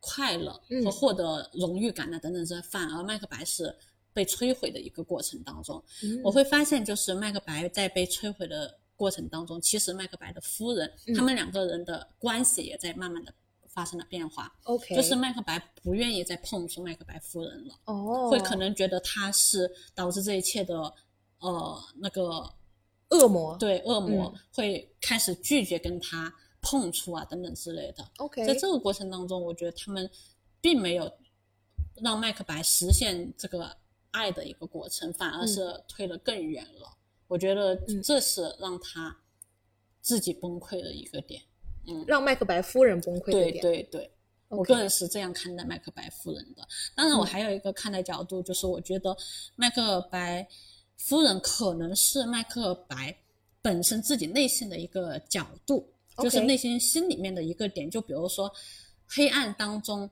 S2: 快乐
S1: 嗯
S2: 和获得荣誉感啊等等这，反而麦克白是被摧毁的一个过程当中，
S1: 嗯
S2: 我会发现，就是麦克白在被摧毁的过程当中，其实麦克白的夫人，
S1: 嗯
S2: 他们两个人的关系也在慢慢的发生了变化。
S1: OK，
S2: 就是麦克白不愿意再碰触麦克白夫人了，
S1: 哦，
S2: 会可能觉得他是导致这一切的，呃，那个
S1: 恶魔
S2: 对恶魔、
S1: 嗯
S2: 会开始拒绝跟他碰触啊等等之类的。
S1: OK，
S2: 在这个过程当中，我觉得他们并没有让麦克白实现这个爱的一个过程，反而是推得更远了。我觉得
S1: 嗯
S2: 这是让他自己崩溃的一个点。
S1: 让麦克白夫人崩溃的
S2: 对
S1: 点。
S2: 对对。我
S1: OK
S2: 个人是这样看待麦克白夫人的。当然，我
S1: 嗯
S2: 还有一个看待角度，就是我觉得麦克白夫人可能是麦克白本身自己内心的一个角度，就是
S1: OK
S2: 内心心里面的一个点。就比如说，黑暗当中，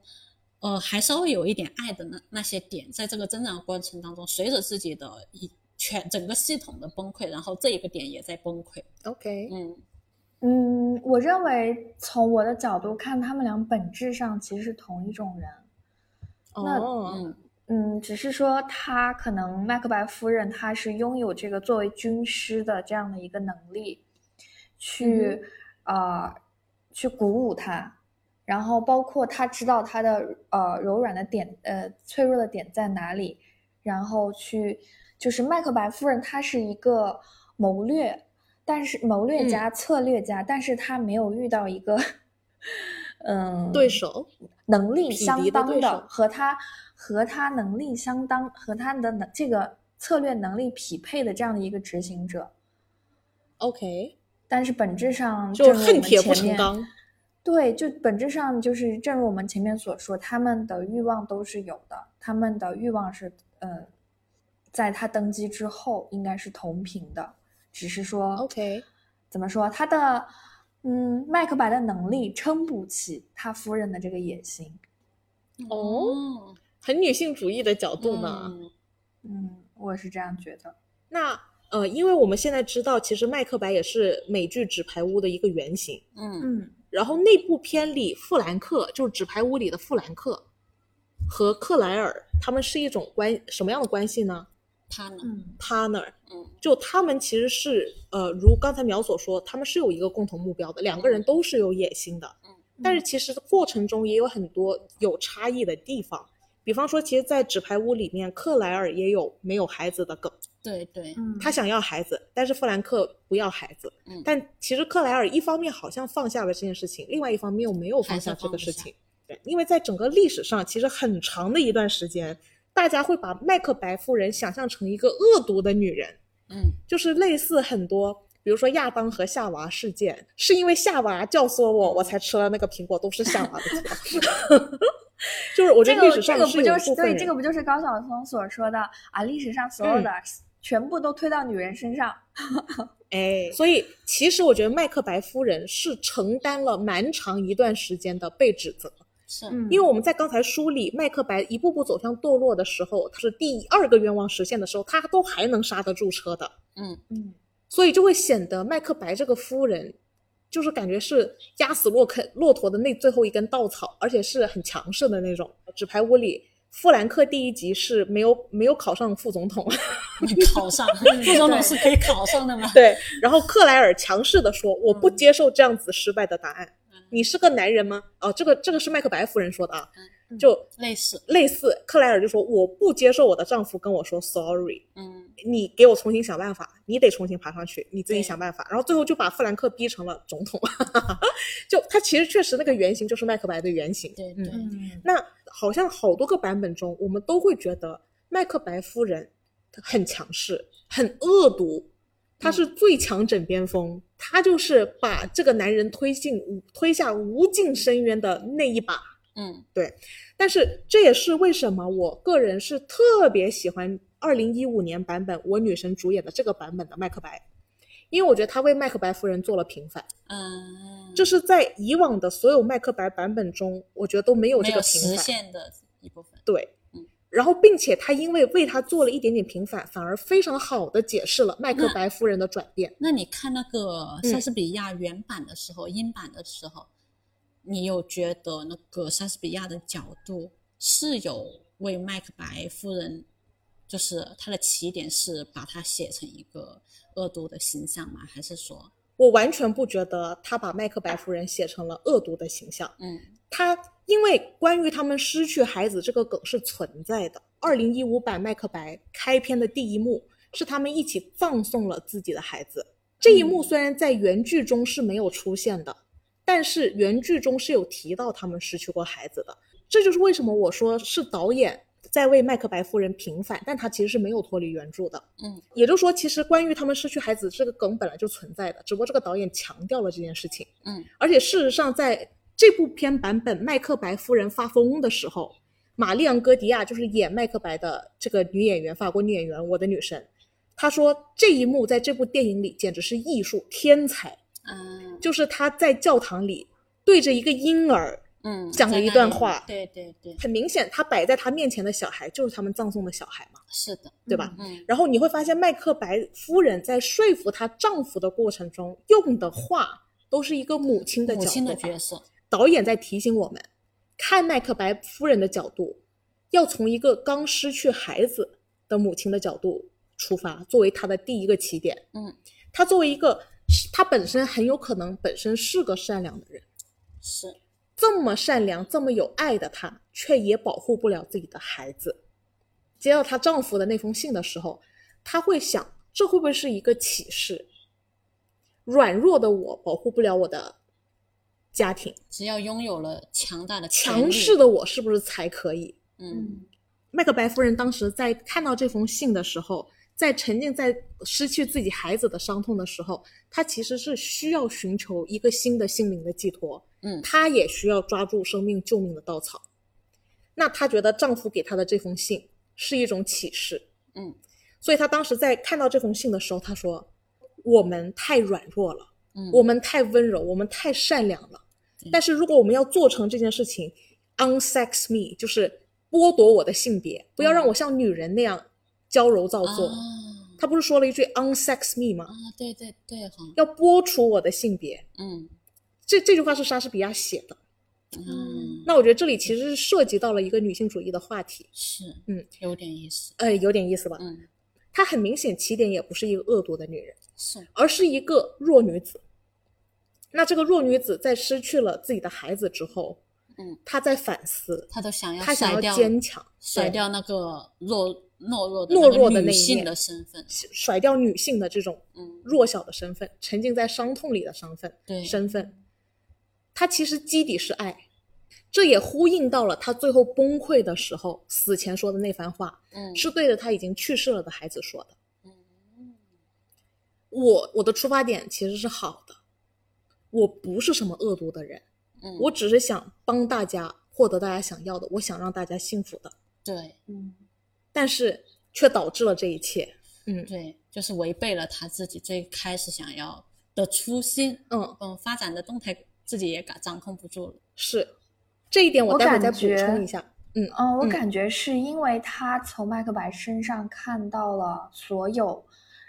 S2: 呃，还稍微有一点爱的那那些点，在这个增长过程当中，随着自己的一全整个系统的崩溃，然后这一个点也在崩溃。
S1: OK，
S2: 嗯
S3: 嗯，我认为从我的角度看，他们俩本质上其实是同一种人。那
S1: 哦，
S2: 嗯
S3: 嗯，只是说他可能麦克白夫人，她是拥有这个作为军师的这样的一个能力，去呃去鼓舞他，然后包括他知道他的呃柔软的点，呃脆弱的点在哪里，然后去就是麦克白夫人，她是一个谋略，但是谋略
S1: 嗯
S3: 家、策略家，但是她没有遇到一个嗯
S1: 对手
S3: 能力
S1: 匹敌
S3: 相
S1: 的
S3: 当
S1: 对手
S3: 的，和他和他能力相当，和他的能这个策略能力匹配的这样的一个执行者，
S1: OK，
S3: 但是本质上
S1: 就
S3: 正如嗯我
S1: 恨
S3: 们
S1: 铁不
S3: 前
S1: 成
S3: 面
S1: 钢。
S3: 对，就本质上就是正如我们前面所说，他们的欲望都是有的，他们的欲望是呃，在他登基之后应该是同频的，只是说
S1: OK
S3: 怎么说他的嗯麦克白的能力撑不起他夫人的这个野心。
S1: 哦很女性主义的角度呢。
S2: 嗯
S3: 嗯，我是这样觉得。
S1: 那呃，因为我们现在知道，其实麦克白也是美剧《纸牌屋》的一个原型。
S2: 嗯
S3: 嗯
S1: 然后那部片里，富兰克就是《纸牌屋》里的富兰克和克莱尔，他们是一种关什么样的关系呢
S2: 他呢？
S3: 嗯
S1: ？partner，
S2: 嗯
S1: 就他们其实是呃，如刚才苗所说，他们是有一个共同目标的，两个人都是有野心的。但是其实过程中也有很多有差异的地方，比方说，其实，在《纸牌屋》里面，克莱尔也有没有孩子的梗，
S2: 对对，
S3: 嗯，
S1: 他想要孩子，但是富兰克不要孩子。
S2: 嗯
S1: 但其实克莱尔一方面好像放下了这件事情，另外一方面又没有放下这个事
S2: 还是放
S1: 情。对，因为在整个历史上，其实很长的一段时间，大家会把麦克白夫人想象成一个恶毒的女人，
S2: 嗯
S1: 就是类似很多。比如说亚当和夏娃事件，是因为夏娃教唆我，我才吃了那个苹果，都是夏娃的 错。 就是我觉
S3: 这
S1: 得历
S3: 个
S1: 史
S3: 这
S1: 上
S3: 个
S1: 是
S3: 不
S1: 有
S3: 就
S1: 一部
S3: 是
S1: 分
S3: 对
S1: 人嗯
S3: 这个不就是高晓松所说的啊？历史上所有的、全部都推到女人身上。
S1: 哎，所以其实我觉得麦克白夫人是承担了蛮长一段时间的被指责，
S2: 是，
S3: 嗯
S1: 因为我们在刚才梳理麦克白一步步走向堕落的时候，他是第二个愿望实现的时候，他都还能刹得住车的，
S2: 嗯
S3: 嗯
S1: 所以就会显得麦克白这个夫人，就是感觉是压死骆驼骆驼的那最后一根稻草，而且是很强势的那种。纸牌屋里，富兰克第一集是没有没有考上副总统，
S2: 你 考上，副总统是可以考上的吗？
S1: 对，然后克莱尔强势的说：“我不接受这样子失败的答案
S2: 嗯。
S1: 你是个男人吗？”哦，这个这个是麦克白夫人说的啊
S2: 嗯。
S1: 就
S2: 类似，
S1: 类似克莱尔就说我不接受我的丈夫跟我说 sorry，
S2: 嗯，
S1: 你给我重新想办法，你得重新爬上去，你自己
S2: 对
S1: 想办法。然后最后就把富兰克逼成了总统， 就他其实确实那个原型就是麦克白的原型。
S2: 对
S1: 嗯
S2: 对，
S3: 嗯
S1: 那好像好多个版本中，我们都会觉得麦克白夫人很强势、很恶毒，她
S2: 嗯
S1: 是最强枕边风，她就是把这个男人推进无推下无尽深渊的那一把。
S2: 嗯
S1: 但是这也是为什么我个人是特别喜欢二零一五年版本我女神主演的这个版本的麦克白，因为我觉得她为麦克白夫人做了平反，
S2: 嗯，
S1: 这是在以往的所有麦克白版本中，我觉得都没有
S2: 没
S1: 这
S2: 有
S1: 个平
S2: 实
S1: 反。
S2: 现的一部分，
S1: 对
S2: 嗯，
S1: 然后并且他因为为他做了一点点平反，反而非常好的解释了麦克白夫人的转变。
S2: 那你看那个
S1: 嗯
S2: 莎士比亚原版的时候，英版的时候，你有觉得那个莎士比亚的角度是有为麦克白夫人，就是她的起点是把她写成一个恶毒的形象吗？还是说，
S1: 我完全不觉得他把麦克白夫人写成了恶毒的形象。
S2: 嗯
S1: 他因为关于他们失去孩子这个梗是存在的。二零一五版《麦克白》开篇的第一幕是他们一起葬送了自己的孩子。这一幕
S2: 嗯
S1: 虽然在原剧中是没有出现的，但是原剧中是有提到他们失去过孩子的。这就是为什么我说是导演在为麦克白夫人平反，但他其实是没有脱离原著的。
S2: 嗯，
S1: 也就是说，其实关于他们失去孩子这个梗本来就存在的，只不过这个导演强调了这件事情。
S2: 嗯，
S1: 而且事实上，在这部片版本麦克白夫人发疯的时候，玛丽昂·戈迪亚就是演麦克白的这个女演员，法国女演员，我的女神，她说这一幕在这部电影里简直是艺术天才，
S2: 嗯
S1: 就是她在教堂里对着一个婴儿，
S2: 嗯，
S1: 讲了
S2: 在
S1: 一
S2: 那
S1: 段
S2: 里
S1: 话
S2: 对对对，
S1: 很明显，她摆在她面前的小孩就是他们葬送的小孩嘛，
S2: 是的，
S1: 对吧？
S2: 嗯
S1: 然后你会发现，麦克白夫人在说服她丈夫的过程中用的话，都是一个母亲的角
S2: 母
S1: 度。
S2: 亲的角色，
S1: 导演在提醒我们，看麦克白夫人的角度，要从一个刚失去孩子的母亲的角度出发，作为她的第一个起点。
S2: 嗯，
S1: 她作为一个，她本身很有可能本身是个善良的人，
S2: 是，
S1: 这么善良、这么有爱的她，却也保护不了自己的孩子。接到她丈夫的那封信的时候，她会想，这会不会是一个启示？软弱的我保护不了我的家庭，
S2: 只要拥有了强大的
S1: 强
S2: 权力
S1: 势，的我是不是才可以？
S2: 嗯
S3: 嗯
S1: 麦克白夫人当时在看到这封信的时候，在沉浸在失去自己孩子的伤痛的时候，她其实是需要寻求一个新的心灵的寄托，
S2: 嗯
S1: 她也需要抓住生命救命的稻草。那她觉得丈夫给她的这封信是一种启示，
S2: 嗯
S1: 所以她当时在看到这封信的时候，她说：“我们太软弱了。”
S2: 嗯，
S1: 我们太温柔，我们太善良了
S2: 对。
S1: 但是如果我们要做成这件事情，unsex me 就是剥夺我的性别，不要让我像女人那样娇柔造作。
S2: 啊
S1: 他不是说了一句 unsex me 吗？
S2: 啊，对对对哈，
S1: 要剥除我的性别。
S2: 嗯
S1: 这这句话是莎士比亚写的。
S2: 嗯，
S1: 那我觉得这里其实是涉及到了一个女性主义的话题，
S2: 是，
S1: 嗯，
S2: 有点意思，
S1: 呃，有点意思吧？
S2: 嗯，
S1: 她很明显起点也不是一个恶毒的女人，
S2: 是，
S1: 而是一个弱女子。那这个弱女子在失去了自己的孩子之后，
S2: 嗯，
S1: 她在反思，
S2: 他都想要
S1: 她想
S2: 甩
S1: 要
S2: 掉，
S1: 坚强，
S2: 甩
S1: 对
S2: 掉那个弱懦弱的
S1: 懦
S2: 那个
S1: 弱的
S2: 女
S1: 那一
S2: 性
S1: 面
S2: 的身份，
S1: 甩掉女性的这种
S2: 嗯，
S1: 弱小的身份，沉浸在伤痛里的伤分
S2: 对，
S1: 身份。她其实基底是爱，这也呼应到了她最后崩溃的时候，死前说的那番话，
S2: 嗯
S1: 是对着她已经去世了的孩子说的。
S2: 嗯
S1: 我我的出发点其实是好的，我不是什么恶毒的人，
S2: 嗯，
S1: 我只是想帮大家获得大家想要的，我想让大家幸福的，
S2: 对
S3: 嗯
S1: 但是却导致了这一切。嗯
S2: 对，就是违背了他自己最开始想要的初心，
S1: 嗯，
S2: 嗯，发展的动态自己也感掌控不住了，
S1: 是这一点，我
S3: 我
S1: 待会儿
S3: 感
S1: 再补
S3: 觉
S1: 充一下。嗯
S3: 嗯，我
S1: 嗯
S3: 感觉是因为他从麦克白身上看到了所有，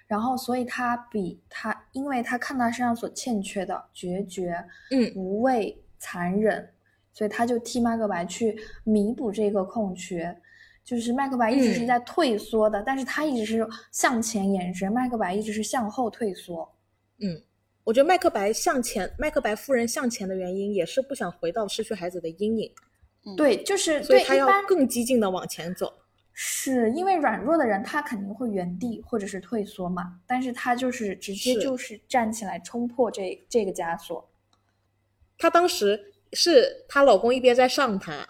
S3: 然后所以他比他，因为他看到他身上所欠缺的决绝、
S1: 嗯
S3: 无畏、残忍，所以他就替麦克白去弥补这个空缺。就是麦克白一直是
S1: 嗯
S3: 在退缩的，但是他一直是向前延伸，麦克白一直是向后退缩。
S1: 我觉得麦克白向前，麦克白夫人向前的原因也是不想回到失去孩子的阴影，
S2: 嗯
S3: 对，就是
S1: 所
S3: 对
S1: 以他
S3: 一
S1: 要
S3: 般
S1: 更激进的往前走。
S3: 是因为软弱的人他肯定会原地或者是退缩嘛，但是他就是直接
S1: 是
S3: 就是站起来冲破这这个枷锁。
S1: 她当时是她老公一边在上她，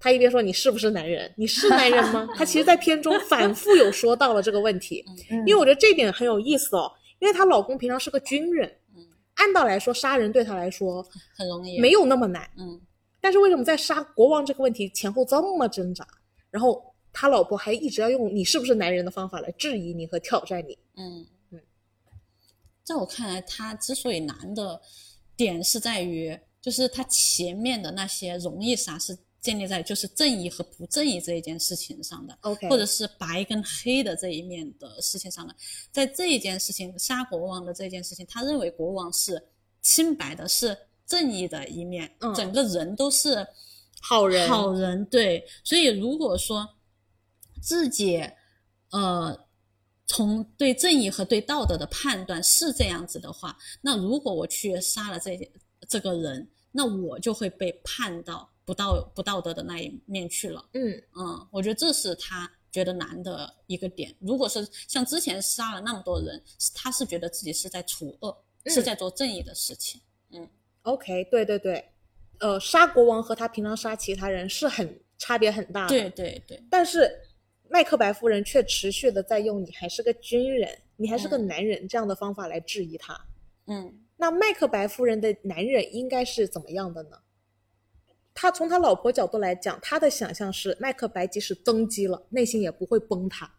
S1: 她一边说你是不是男人？你是男人吗？她其实，在片中反复有说到了这个问 题，
S3: 嗯，
S1: 因为我觉得这点很有意思哦，因为她老公平常是个军人
S2: 嗯，
S1: 按道来说杀人对她来说
S2: 很容易
S1: 没有那么难，
S2: 嗯
S1: 但是为什么在杀国王这个问题前后这么挣扎？然后他老婆还一直要用你是不是男人的方法来质疑你和挑战你。
S2: 嗯
S1: 嗯，
S2: 在我看来，他之所以难的点是在于，就是他前面的那些容易啥是建立在就是正义和不正义这一件事情上的。
S1: OK，
S2: 或者是白跟黑的这一面的事情上的，在这一件事情杀国王的这件事情，他认为国王是清白的，是正义的一面，
S1: 嗯
S2: 整个人都是
S1: 好人，
S2: 好人，对。所以如果说自己呃从对正义和对道德的判断是这样子的话，那如果我去杀了这这个人，那我就会被判到不道不道德的那一面去了。
S1: 嗯，
S2: 嗯，我觉得这是他觉得难的一个点。如果是像之前杀了那么多人，是他是觉得自己是在除恶，是
S1: 嗯
S2: 在做正义的事情。
S1: OK，对对对，呃，杀国王和他平常杀其他人是很差别很大的。
S2: 对，对对，
S1: 但是麦克白夫人却持续的在用你还是个军人，你还是个
S2: 嗯
S1: 男人这样的方法来质疑他。
S2: 嗯
S1: 那麦克白夫人的男人应该是怎么样的呢？他从他老婆角度来讲，他的想象是麦克白即使登基了，内心也不会崩塌。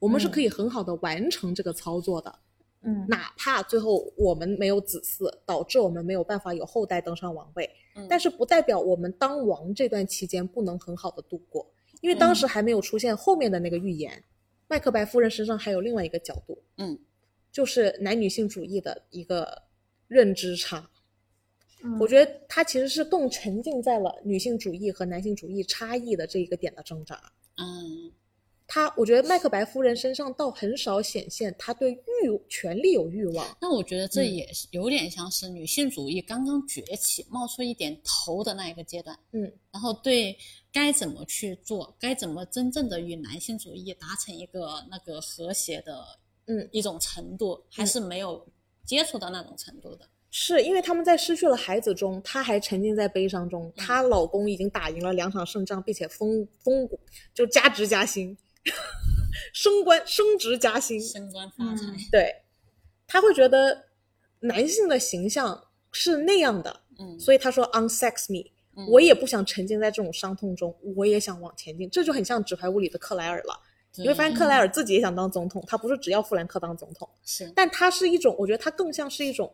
S1: 我们是
S3: 嗯
S1: 可以很好的完成这个操作的，
S3: 嗯，
S1: 哪怕最后我们没有子嗣，导致我们没有办法有后代登上王位，
S2: 嗯，
S1: 但
S2: 是
S1: 是不代表我们当王这段期间不能很好的度过，因为当
S2: 嗯
S1: 时还没有出现后面的那个预言。麦克白夫人身上还有另外一个角度，
S2: 嗯
S1: 就是男女性主义的一个认知差。
S3: 嗯
S1: 我觉得他其实是更沉浸在了女性主义和男性主义差异的这一个点的挣扎。
S2: 嗯
S1: 他，我觉得麦克白夫人身上倒很少显现他对欲权力有欲望。
S2: 那我觉得这
S1: 嗯
S2: 也是有点像是女性主义刚刚崛起、冒出一点头的那一个阶段。
S1: 嗯，
S2: 然后对该怎么去做，该怎么真正的与男性主义达成一个那个和谐的
S1: 嗯
S2: 一种程度，还
S1: 嗯
S2: 是没有接触到那种程度的。
S1: 是因为他们在失去了孩子中，她还沉浸在悲伤
S2: 嗯
S1: 中。她老公已经打赢了两场胜仗，并且封封就加职加薪， 升官升职加薪。
S2: 升官发财。
S1: 对，她会觉得男性的形象是那样的，
S2: 嗯，
S1: 所以她说 unsex me，
S2: 嗯
S1: 我也不想沉浸在这种伤痛中，我也想往前进。这就很像《纸牌屋》里的克莱尔了。你会发现，
S2: 对嗯
S1: 克莱尔自己也想当总统，他不是只要富兰克当总统，
S2: 是
S1: 但他是一种，我觉得他更像是一种，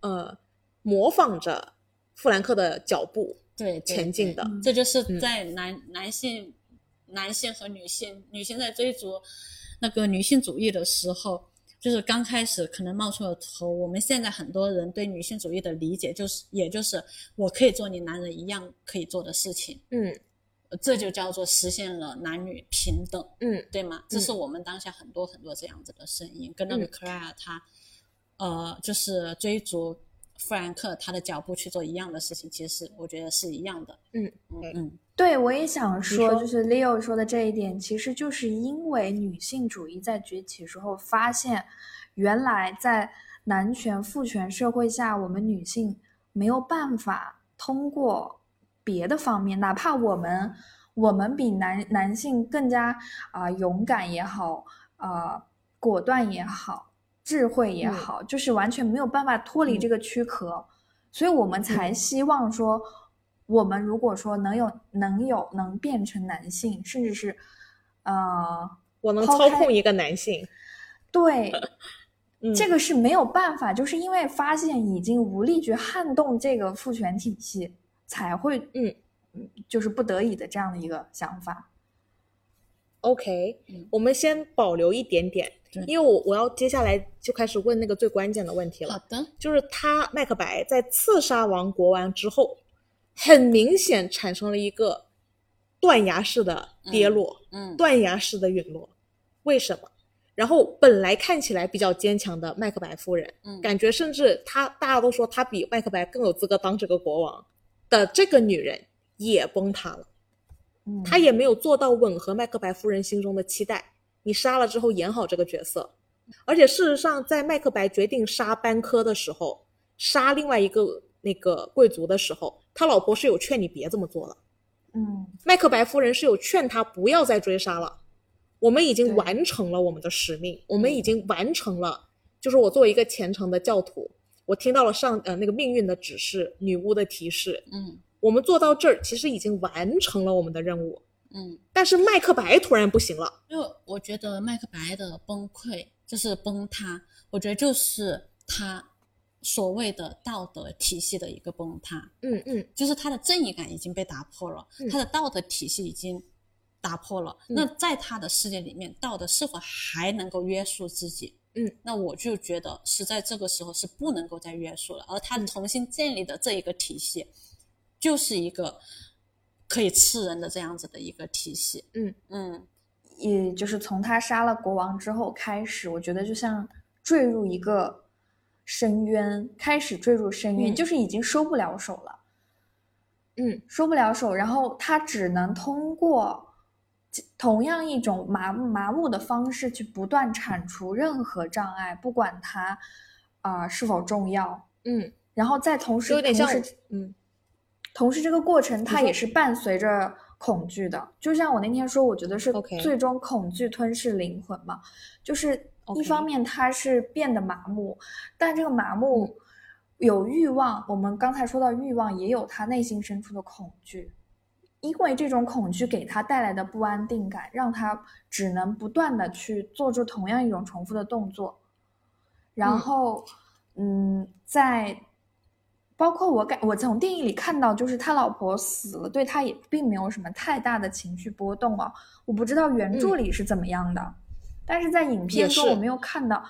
S1: 呃，模仿着富兰克的脚步
S2: 对对
S1: 前进
S2: 对
S1: 的。
S3: 嗯
S2: 这就是
S1: 嗯
S2: 在男男性、男性和女性，女性在追逐那个女性主义的时候，就是刚开始可能冒出了头。我们现在很多人对女性主义的理解，就是也就是我可以做你男人一样可以做的事情，
S1: 嗯
S2: 呃这就叫做实现了男女平等，
S1: 嗯
S2: 对吗？这是我们当下很多很多这样子的声音，跟那个
S1: 嗯
S2: 克莱尔他，呃，就是追逐。富兰克他的脚步去做一样的事情，其实我觉得是一样的。
S1: 嗯
S2: 嗯
S1: 对
S2: 嗯，
S3: 对，我也想说，
S1: 说
S3: 就是 Leo 说的这一点，其实就是因为女性主义在崛起时候，发现原来在男权父权社会下，我们女性没有办法通过别的方面，哪怕我们我们比男男性更加啊、勇敢也好，啊、果断也好，智慧也
S1: 嗯
S3: 好，就是完全没有办法脱离这个躯壳。所以我们才
S1: 嗯
S3: 希望说，我们如果说能有能有能变成男性，甚至是，呃，
S1: 我能
S3: 抛
S1: 操
S3: 开
S1: 控一个男性。
S3: 对，
S1: 嗯，
S3: 这
S1: 个
S3: 个是没有办法，就是因为发现已经无力去撼动这个父权体系，才会
S1: 嗯
S3: 嗯，就是不得已的这样的一个想法。
S1: OK，、
S2: 嗯
S1: 我们先保留一点点
S2: 对，
S1: 因为我我要接下来就开始问那个最关键的问题了
S2: 好。的，
S1: 就是他麦克白在刺杀王国王之后，很明显产生了一个断崖式的跌落、
S2: 嗯，
S1: 断崖式的陨落。为什么？然后本来看起来比较坚强的麦克白夫人，
S2: 嗯
S1: 感觉甚至她大家都说她比麦克白更有资格当这个国王的这个女人也崩塌了。
S3: 嗯
S1: 他也没有做到吻合麦克白夫人心中的期待。你杀了之后演好这个角色，而且事实上，在麦克白决定杀班科的时候，杀另外一个那个贵族的时候，他老婆是有劝你别这么做的。
S3: 嗯
S1: 麦克白夫人是有劝他不要再追杀了，我们已经
S3: 对
S1: 完成了我们的使命，我们已经完成了。就是我作为一个虔诚的教徒，我听到了上呃那个命运的指示，女巫的提示，
S2: 嗯
S1: 我们做到这儿其实已经完成了我们的任务。
S2: 嗯，
S1: 但是麦克白突然不行了，
S2: 因为我觉得麦克白的崩溃就是崩塌，我觉得就是他所谓的道德体系的一个崩塌，
S1: 嗯嗯
S2: 就是他的正义感已经被打破了，
S1: 嗯
S2: 他的道德体系已经打破了。
S1: 嗯
S2: 那在他的世界里面，道德是否还能够约束自己？
S1: 嗯，
S2: 那我就觉得是在这个时候是不能够再约束了，而他
S1: 嗯
S2: 重新建立的这一个体系，就是一个可以吃人的这样子的一个体系。
S1: 嗯
S2: 嗯
S3: 也就是从他杀了国王之后开始，我觉得就像坠入一个深渊，开始坠入深渊，
S2: 嗯
S3: 就是已经收不了手了，
S1: 嗯，
S3: 收不了手，然后他只能通过同样一种麻木麻木的方式去不断铲除任何障碍，不管它啊、是否重要，
S1: 嗯，
S3: 然后再同时
S1: 就有点
S3: 同
S1: 像
S3: 时
S1: 嗯
S3: 同时，这个过程它
S1: 说
S3: 也是伴随着恐惧的。就像我那天说，我觉得是
S1: OK
S3: 最终恐惧吞噬灵魂嘛，就是一方
S1: OK
S3: 面它是变得麻木，但这个麻
S1: 嗯
S3: 木有欲望。我们刚才说到欲望，也有他内心深处的恐惧，因为这种恐惧给他带来的不安定感，让他只能不断的去做出同样一种重复的动作，然
S1: 嗯
S3: 后。嗯，在包括我感我从电影里看到，就是他老婆死了，对他也并没有什么太大的情绪波动啊。我不知道原著里是怎么样的，但嗯是在影片中
S1: 是
S3: 我没有看到。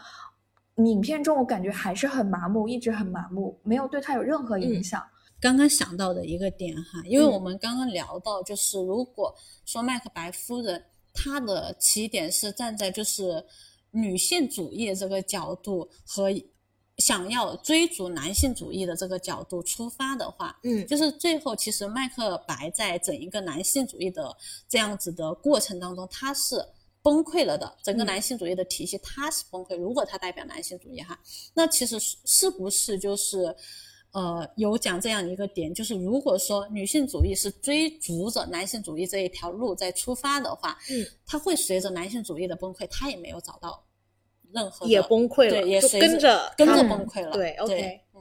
S3: 影片中我感觉还是很麻木，一直很麻木，没有对他有任何影
S1: 嗯
S3: 响。
S2: 刚刚想到的一个点哈，因为
S1: 嗯
S2: 我们刚刚聊到，就是如果说麦克白夫人她的起点是站在就是女性主义这个角度和想要追逐男性主义的这个角度出发的话，
S1: 嗯
S2: 就是最后其实麦克白在整一个男性主义的这样子的过程当中，他是。崩溃了的整个
S1: 嗯
S2: 男性主义的体系，他是崩溃。如果他代表男性主义哈，那其实是是不是就是，呃，有讲这样一个点，就是如果说女性主义是追逐着男性主义这一条路在出发的话，
S1: 嗯，
S2: 它会随着男性主义的崩溃，它也没有找到任何的
S1: 也崩溃
S2: 对也
S1: 了，就
S2: 随
S1: 跟着
S2: 跟
S1: 他
S2: 着
S1: 们
S2: 崩溃了，
S1: 对
S2: 对
S1: ，OK
S2: 嗯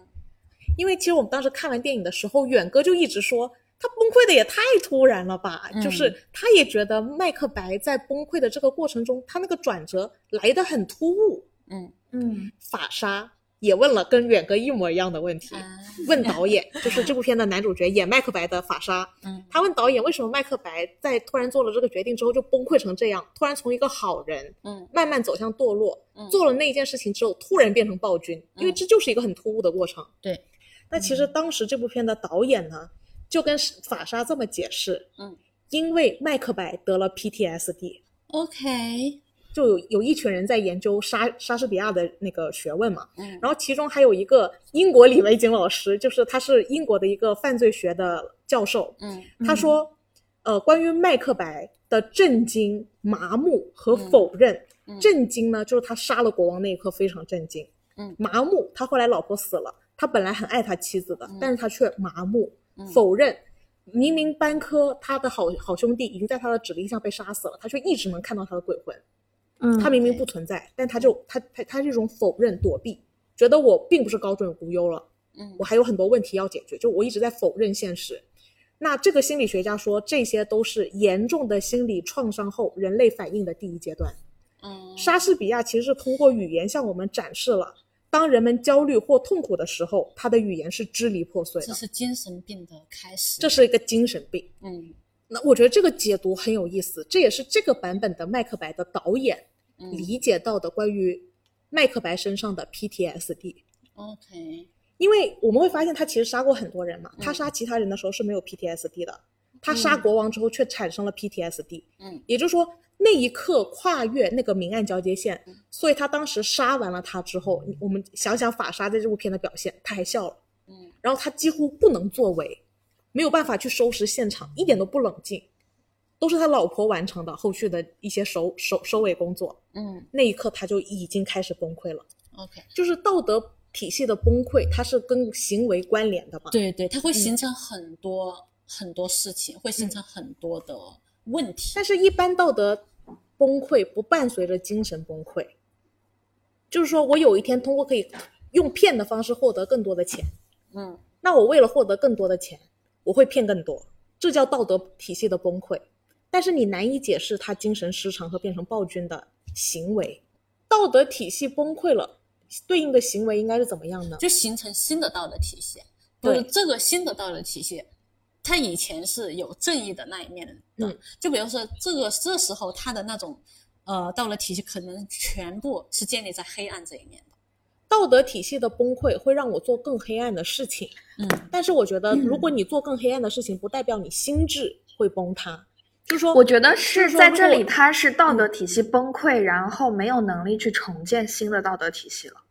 S1: 因为其实我们当时看完电影的时候，远哥就一直说他崩溃的也太突然了吧，
S2: 嗯
S1: 就是他也觉得麦克白在崩溃的这个过程中，他那个转折来得很突兀。
S2: 嗯
S3: 嗯
S1: 法沙也问了跟远哥一模一样的问题，
S2: 啊
S1: 问导演，就是这部片的男主角演麦克白的法沙，
S2: 嗯
S1: 他问导演为什么麦克白在突然做了这个决定之后就崩溃成这样，突然从一个好人
S2: 嗯
S1: 慢慢走向堕落，
S2: 嗯，
S1: 做了那一件事情之后，突然变成暴君，因为
S2: 嗯
S1: 这就是一个很突兀的过程。
S2: 对。
S1: 那其实当时这部片的导演呢，就跟法沙这么解释，
S2: 嗯，
S1: 因为麦克白得了 PTSD，
S2: OK，
S1: 就有有一群人在研究莎莎士比亚的那个学问嘛，
S2: 嗯
S1: 然后其中还有一个英国李维景老师，就是他是英国的一个犯罪学的教授，
S2: 嗯
S1: 他
S3: 嗯
S1: 说，呃，关于麦克白的震惊、麻木和
S2: 嗯
S1: 否认，
S2: 嗯
S1: 震惊呢，就是他杀了国王那一刻非常震惊，
S2: 嗯
S1: 麻木，他后来老婆死了，他本来很爱他妻子的，
S2: 嗯
S1: 但是他却麻木、
S2: 嗯
S1: 否认。明明班科他的好好兄弟已经在他的指令下被杀死了，他却一直能看到他的鬼魂。
S3: 嗯
S1: 他明明不存在，但他就他他他这种否认躲避，觉得我并不是高枕无忧了，
S2: 嗯
S1: 我还有很多问题要解决，就我一直在否认现实。那这个心理学家说，这些都是严重的心理创伤后人类反应的第一阶段。
S2: 嗯
S1: 莎士比亚其实是通过语言向我们展示了，当人们焦虑或痛苦的时候，他的语言是支离破碎
S2: 这
S1: 的，
S2: 是精神病的开始，
S1: 这是一个精神病。
S2: 嗯
S1: 那我觉得这个解读很有意思，这也是这个版本的《麦克白》的导演
S2: 嗯
S1: 理解到的关于麦克白身上的 PTSD。
S2: OK
S1: 因为我们会发现他其实杀过很多人嘛，他
S2: 嗯
S1: 杀其他人的时候是没有 PTSD 的，他杀
S3: 嗯
S1: 国王之后却产生了 PTSD，
S2: 嗯
S1: 也就是说那一刻跨越那个明暗交接线，所以他当时杀完了他之后，你我们想想法沙在这部片的表现，他还笑了，
S2: 嗯
S1: 然后他几乎不能作为，没有办法去收拾现场，一点都不冷静。都是他老婆完成的后续的一些收收收尾工作。
S2: 嗯
S1: 那一刻他就已经开始崩溃了，
S2: ，OK，
S1: 就是道德体系的崩溃，它是跟行为关联的嘛？
S2: 对对，它会形成很多、很多事情，会形成很多的问题。
S1: 但是，一般道德崩溃不伴随着精神崩溃，就是说我有一天通过可以用骗的方式获得更多的钱，
S2: 嗯
S1: 那我为了获得更多的钱，我会骗更多，这叫道德体系的崩溃。但是你难以解释他精神失常和变成暴君的行为，道德体系崩溃了，对应的行为应该是怎么样呢？
S2: 就形成新的道德体系。就
S1: 对
S2: 是这个新的道德体系，它以前是有正义的那一面的，
S1: 嗯
S2: 就比如说这个这时候它的那种呃道德体系可能全部是建立在黑暗这一面的。
S1: 道德体系的崩溃会让我做更黑暗的事情，
S2: 嗯，
S1: 但是我觉得，如果
S3: 嗯
S1: 你做更黑暗的事情，不代表你心智会崩塌，就是说，
S3: 我觉得
S1: 就是说
S3: 在
S1: 如
S3: 这
S1: 果嗯
S3: 里，它是道德体系崩溃，然后没有能力去重建新的道德体系了。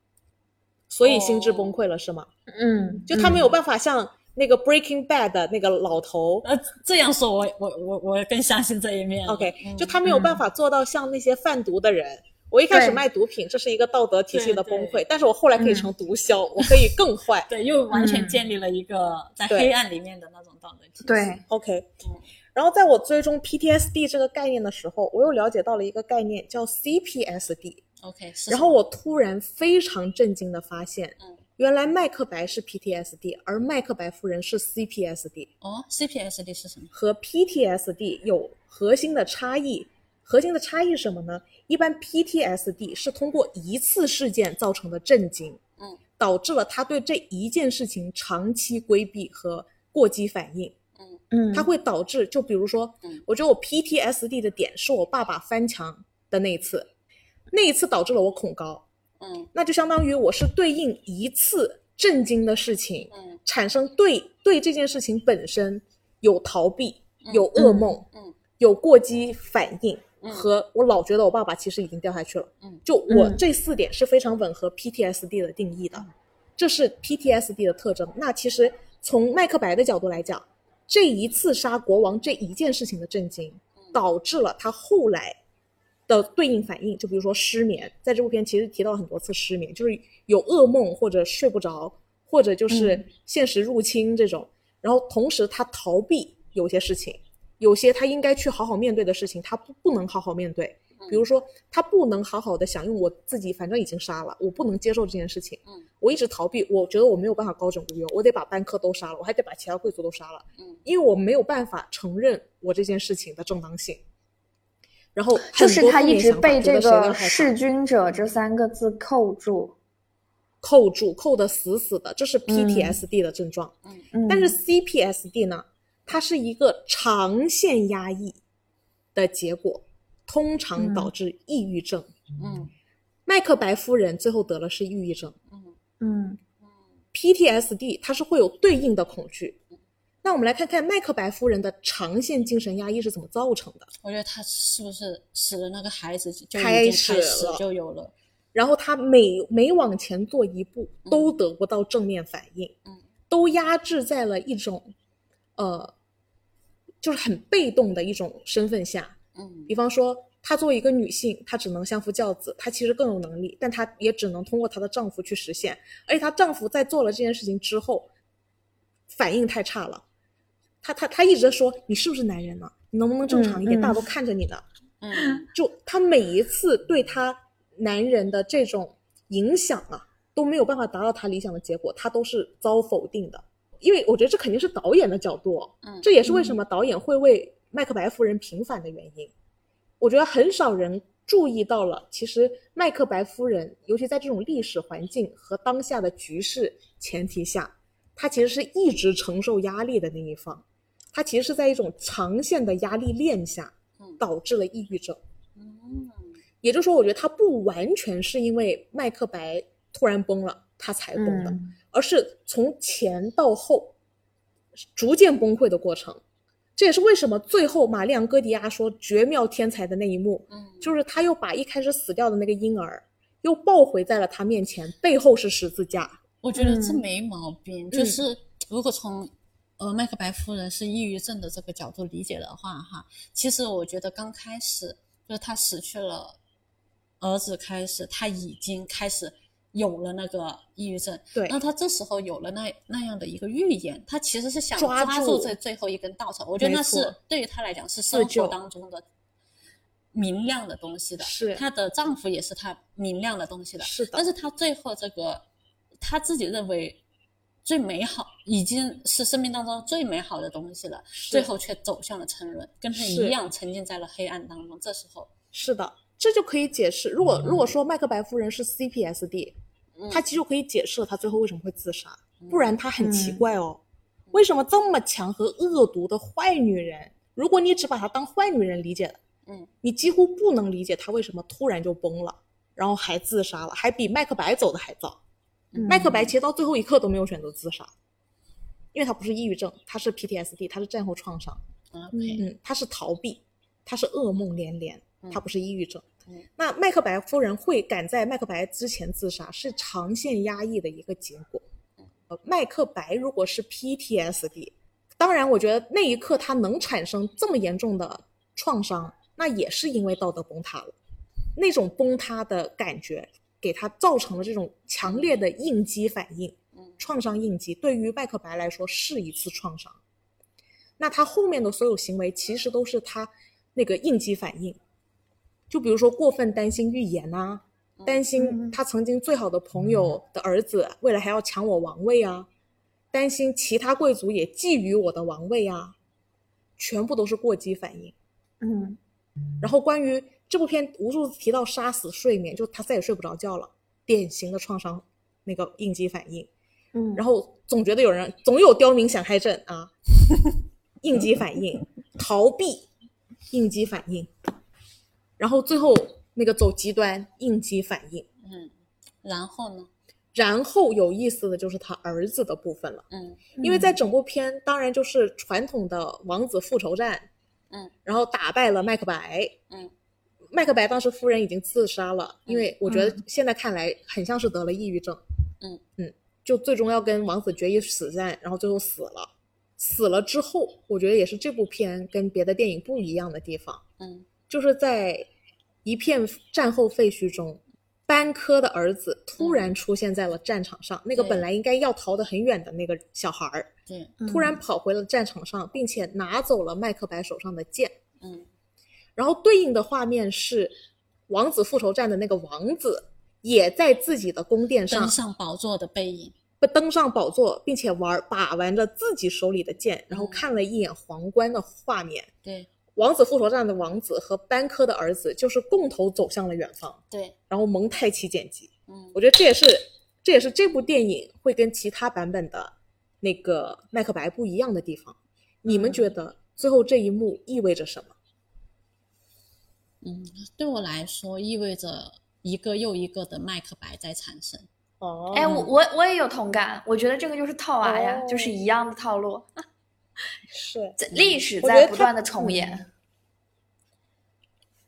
S1: 所以心智崩溃了，是吗？
S3: 嗯，
S1: 就他没
S3: 嗯
S1: 有办法像那个 Breaking Bad 的那个老头
S2: 呃，这样说我我我我更相信这一面了。
S1: ，OK，
S2: 嗯
S1: 就他没有办法做到像那些贩毒的人。我一开始
S3: 对
S1: 卖毒品，这是一个道德体系的崩
S2: 对
S1: 溃，但是我后来可以成毒枭，我可以更坏。
S2: 对，又完全
S3: 嗯
S2: 建立了一个在
S1: 对
S2: 黑暗里面的那种道德体系。
S3: 对，
S1: OK，
S2: 嗯
S1: 然后在我追踪 PTSD 这个概念的时候，我又了解到了一个概念叫 CPSD，
S2: ，OK 是什么。
S1: 然后我突然非常震惊的发现，
S2: 嗯
S1: 原来麦克白是 PTSD，而麦克白夫人是 CPSD，
S2: 哦，CPSD 是什么？
S1: 和 PTSD 有核心的差异。核心的差异是什么呢？一般 PTSD 是通过一次事件造成的震惊，
S2: 嗯
S1: 导致了他对这一件事情长期规避和过激反应，
S2: 嗯
S3: 嗯，
S1: 它会导致，就比如说
S2: 嗯，
S1: 我觉得我 PTSD 的点是我爸爸翻墙的那一次，那一次导致了我恐高，
S2: 嗯
S1: 那就相当于我是对应一次震惊的事情，
S2: 嗯
S1: 产生对对这件事情本身有逃避、有
S3: 嗯
S1: 噩梦、
S2: 嗯
S1: 有过激反应，
S2: 嗯
S1: 和我老觉得我爸爸其实已经掉下去了。
S2: 嗯
S1: 就我
S3: 嗯
S1: 这四点是非常吻合 PTSD 的定义的，
S2: 嗯
S1: 这是 PTSD 的特征。那其实从麦克白的角度来讲，这一次杀国王这一件事情的震惊，导致了他后来的对应反应，就比如说失眠，在这部片其实提到很多次失眠，就是有噩梦或者睡不着，或者就是
S3: 嗯
S1: 现实入侵这种。然后同时他逃避有些事情，有些他应该去好好面对的事情，他不不能好好面对。比如说，他不能好好的享用我自己，反正已经杀了，我不能接受这件事情。
S2: 嗯，
S1: 我一直逃避，我觉得我没有办法高枕无忧，我得把班克都杀了，我还得把其他贵族都杀了，
S2: 嗯，
S1: 因为我没有办法承认我这件事情的正当性。然后
S3: 就
S1: 很
S3: 是
S1: 多
S3: 他
S1: 负
S3: 一
S1: 面
S3: 直
S1: 想法
S3: 被
S1: 觉得谁
S3: 这
S1: 都害
S3: 个“
S1: 怕
S3: 弑君者”这三个字扣住。
S1: 扣住，扣得死死的，这是 PTSD 的症状。
S3: 嗯，
S1: 但是 CPSD 呢，它是一个长线压抑的结果，通
S3: 嗯
S1: 常导致抑郁症。
S2: 嗯
S1: 麦克白夫人最后得了是抑郁症。
S2: 嗯
S3: 嗯，
S2: 嗯
S1: PTSD 它是会有对应的恐惧。那我们来看看麦克白夫人的长线精神压抑是怎么造成的。
S2: 我觉得他是不是死了那个孩子就已经
S1: 开
S2: 开
S1: 始
S2: 始
S1: 了
S2: 就有了？
S1: 然后她每每往前做一步，都得不到正面反应，
S2: 嗯
S1: 都压制在了一种，呃，就是很被动的一种身份下。
S2: 嗯
S1: 比方说，她作为一个女性，她只能相夫教子，她其实更有能力，但她也只能通过她的丈夫去实现。而且她丈夫在做了这件事情之后，反应太差了，她她她一直说：“你是不是男人呢、你能不能正常一点？
S3: 嗯嗯
S1: 大家都看着你呢。
S2: 嗯
S1: 就她每一次对她男人的这种影响啊，都没有办法达到她理想的结果，她都是遭否定的。因为我觉得这肯定是导演的角度哦，
S2: 嗯，
S1: 这也是为什么导演会为麦克白夫人平反的原因。我觉得很少人注意到了，其实麦克白夫人，尤其在这种历史环境和当下的局势前提下，她其实是一直承受压力的那一方，她其实是在一种长线的压力链下
S2: 嗯，
S1: 导致了抑郁症。
S2: 嗯
S1: 也就是说，我觉得她不完全是因为麦克白突然崩了，她才崩的。
S3: 嗯，
S1: 而是从前到后逐渐崩溃的过程。这也是为什么最后玛丽昂·戈迪亚说绝妙天才的那一幕，
S2: 嗯，
S1: 就是他又把一开始死掉的那个婴儿又抱回在了他面前，背后是十字架。
S2: 我觉得这
S3: 嗯
S2: 没毛病，就是如果从呃麦克白夫人是抑郁症的这个角度理解的话，哈，其实我觉得刚开始就是他失去了儿子开始，他已经开始有了那个抑郁症。
S1: 对
S2: 那他这时候有了那那样的一个预言，他其实是想
S1: 抓
S2: 抓
S1: 住
S2: 住这最后一根稻草。我觉得
S1: 没
S2: 那
S1: 错
S2: 是对于他来讲是
S1: 自
S2: 生
S1: 救
S2: 活当中的明亮的东西的。
S1: 是
S2: 她的丈夫也是她明亮的东西的。
S1: 是的
S2: 但，是她最后这个，她自己认为最美好，已经是生命当中最美好的东西了，
S1: 是
S2: 最后却走向了沉沦，跟她
S1: 是
S2: 一样沉浸在了黑暗当中。这时候，
S1: 是的，这就可以解释。如果如果说麦克白夫人是 CPSD，
S2: 嗯
S1: 她其实就可以解释了她最后为什么会自杀。
S2: 嗯
S1: 不然她很奇
S3: 嗯
S1: 怪哦，为什么这么强和恶毒的坏女人？如果你只把她当坏女人理解，
S2: 嗯，
S1: 你几乎不能理解她为什么突然就崩了，然后还自杀了，还比麦克白走的还早。
S2: 嗯
S1: 麦克白其实到最后一刻都没有选择自杀，因为他不是抑郁症，他是 PTSD，他是战后创伤。
S2: 嗯
S3: 嗯
S1: 嗯，他是逃避，他是噩梦连连，他
S2: 嗯
S1: 不是抑郁症。
S2: 嗯
S1: 那麦克白夫人会赶在麦克白之前自杀，是长线压抑的一个结果。
S2: 嗯
S1: 呃，麦克白如果是 PTSD，当然我觉得那一刻他能产生这么严重的创伤，那也是因为道德崩塌了，那种崩塌的感觉给他造成了这种强烈的应激反应。
S2: 嗯
S1: 创伤应激对于麦克白来说是一次创伤。那他后面的所有行为其实都是他那个应激反应，就比如说过分担心预言啊，
S2: 嗯
S1: 担心
S3: 嗯
S1: 他曾经最好的朋友的儿子未来还要抢我王位啊，担心其他贵族也觊觎我的王位啊，全部都是过激反应。
S3: 嗯
S1: 然后关于这部片无数次提到杀死睡眠，就他再也睡不着觉了，典型的创伤那个应激反应。
S3: 嗯，
S1: 然
S3: 后
S1: 后总觉得有人总有刁民想害朕啊， 应激反应，逃避，应激反应，然后最后那个走极端，应激反应。
S2: 嗯，然后呢？
S1: 然后有意思的就是他儿子的部分了，
S2: 嗯
S1: 因为在整部片，当然就是传统的王子复仇战，
S2: 嗯，
S1: 然后打败了麦克白，
S2: 嗯
S1: 麦克白当时夫人已经自杀了，因为我觉得
S3: 嗯
S1: 现在看来很像是得了抑郁症。
S2: 嗯
S1: 嗯，就最终要跟王子决一死战，然后最后死了。死了之后，我觉得也是这部片跟别的电影不一样的地方，
S2: 嗯
S1: 就是在一片战后废墟中，班科的儿子突然出现在了战场上，那个
S2: 嗯对
S1: 本来应该要逃得很远的那个小孩儿，
S2: 对
S1: 突
S3: 嗯
S1: 然跑回了战场上，并且拿走了麦克白手上的剑。
S2: 嗯
S1: 然后对应的画面是王子复仇战的那个王子也在自己的宫殿上
S2: 登上宝座的背影。
S1: 登上宝座，并且玩把玩着自己手里的剑，然后看了一眼皇冠的画面。
S2: 对
S1: 王子复仇战的王子和班科的儿子就是共同走向了远方，
S2: 对
S1: 然后蒙太奇剪辑。
S2: 嗯
S1: 我觉得这也是这也是这部电影会跟其他版本的那个麦克白不一样的地方。你们觉得最后这一幕意味着什么？
S2: 嗯，对我来说意味着一个又一个的麦克白在产生。
S1: 哦
S3: 哎，我我我也有同感，我觉得这个就是套娃呀，就是一样的套路，
S1: 是
S3: 这历史
S1: 我觉得
S3: 在
S1: 它
S3: 不断的重演。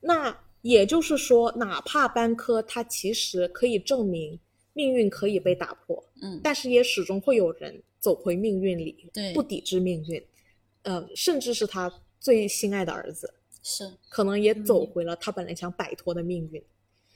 S1: 那也就是说，哪怕班科他其实可以证明命运可以被打破，
S2: 嗯，
S1: 但是也始终会有人走回命运里，
S2: 对
S1: 不抵制命运，呃，甚至是他最心爱的儿子，
S2: 是
S1: 可能也走
S3: 嗯
S1: 回了他本来想摆脱的命运。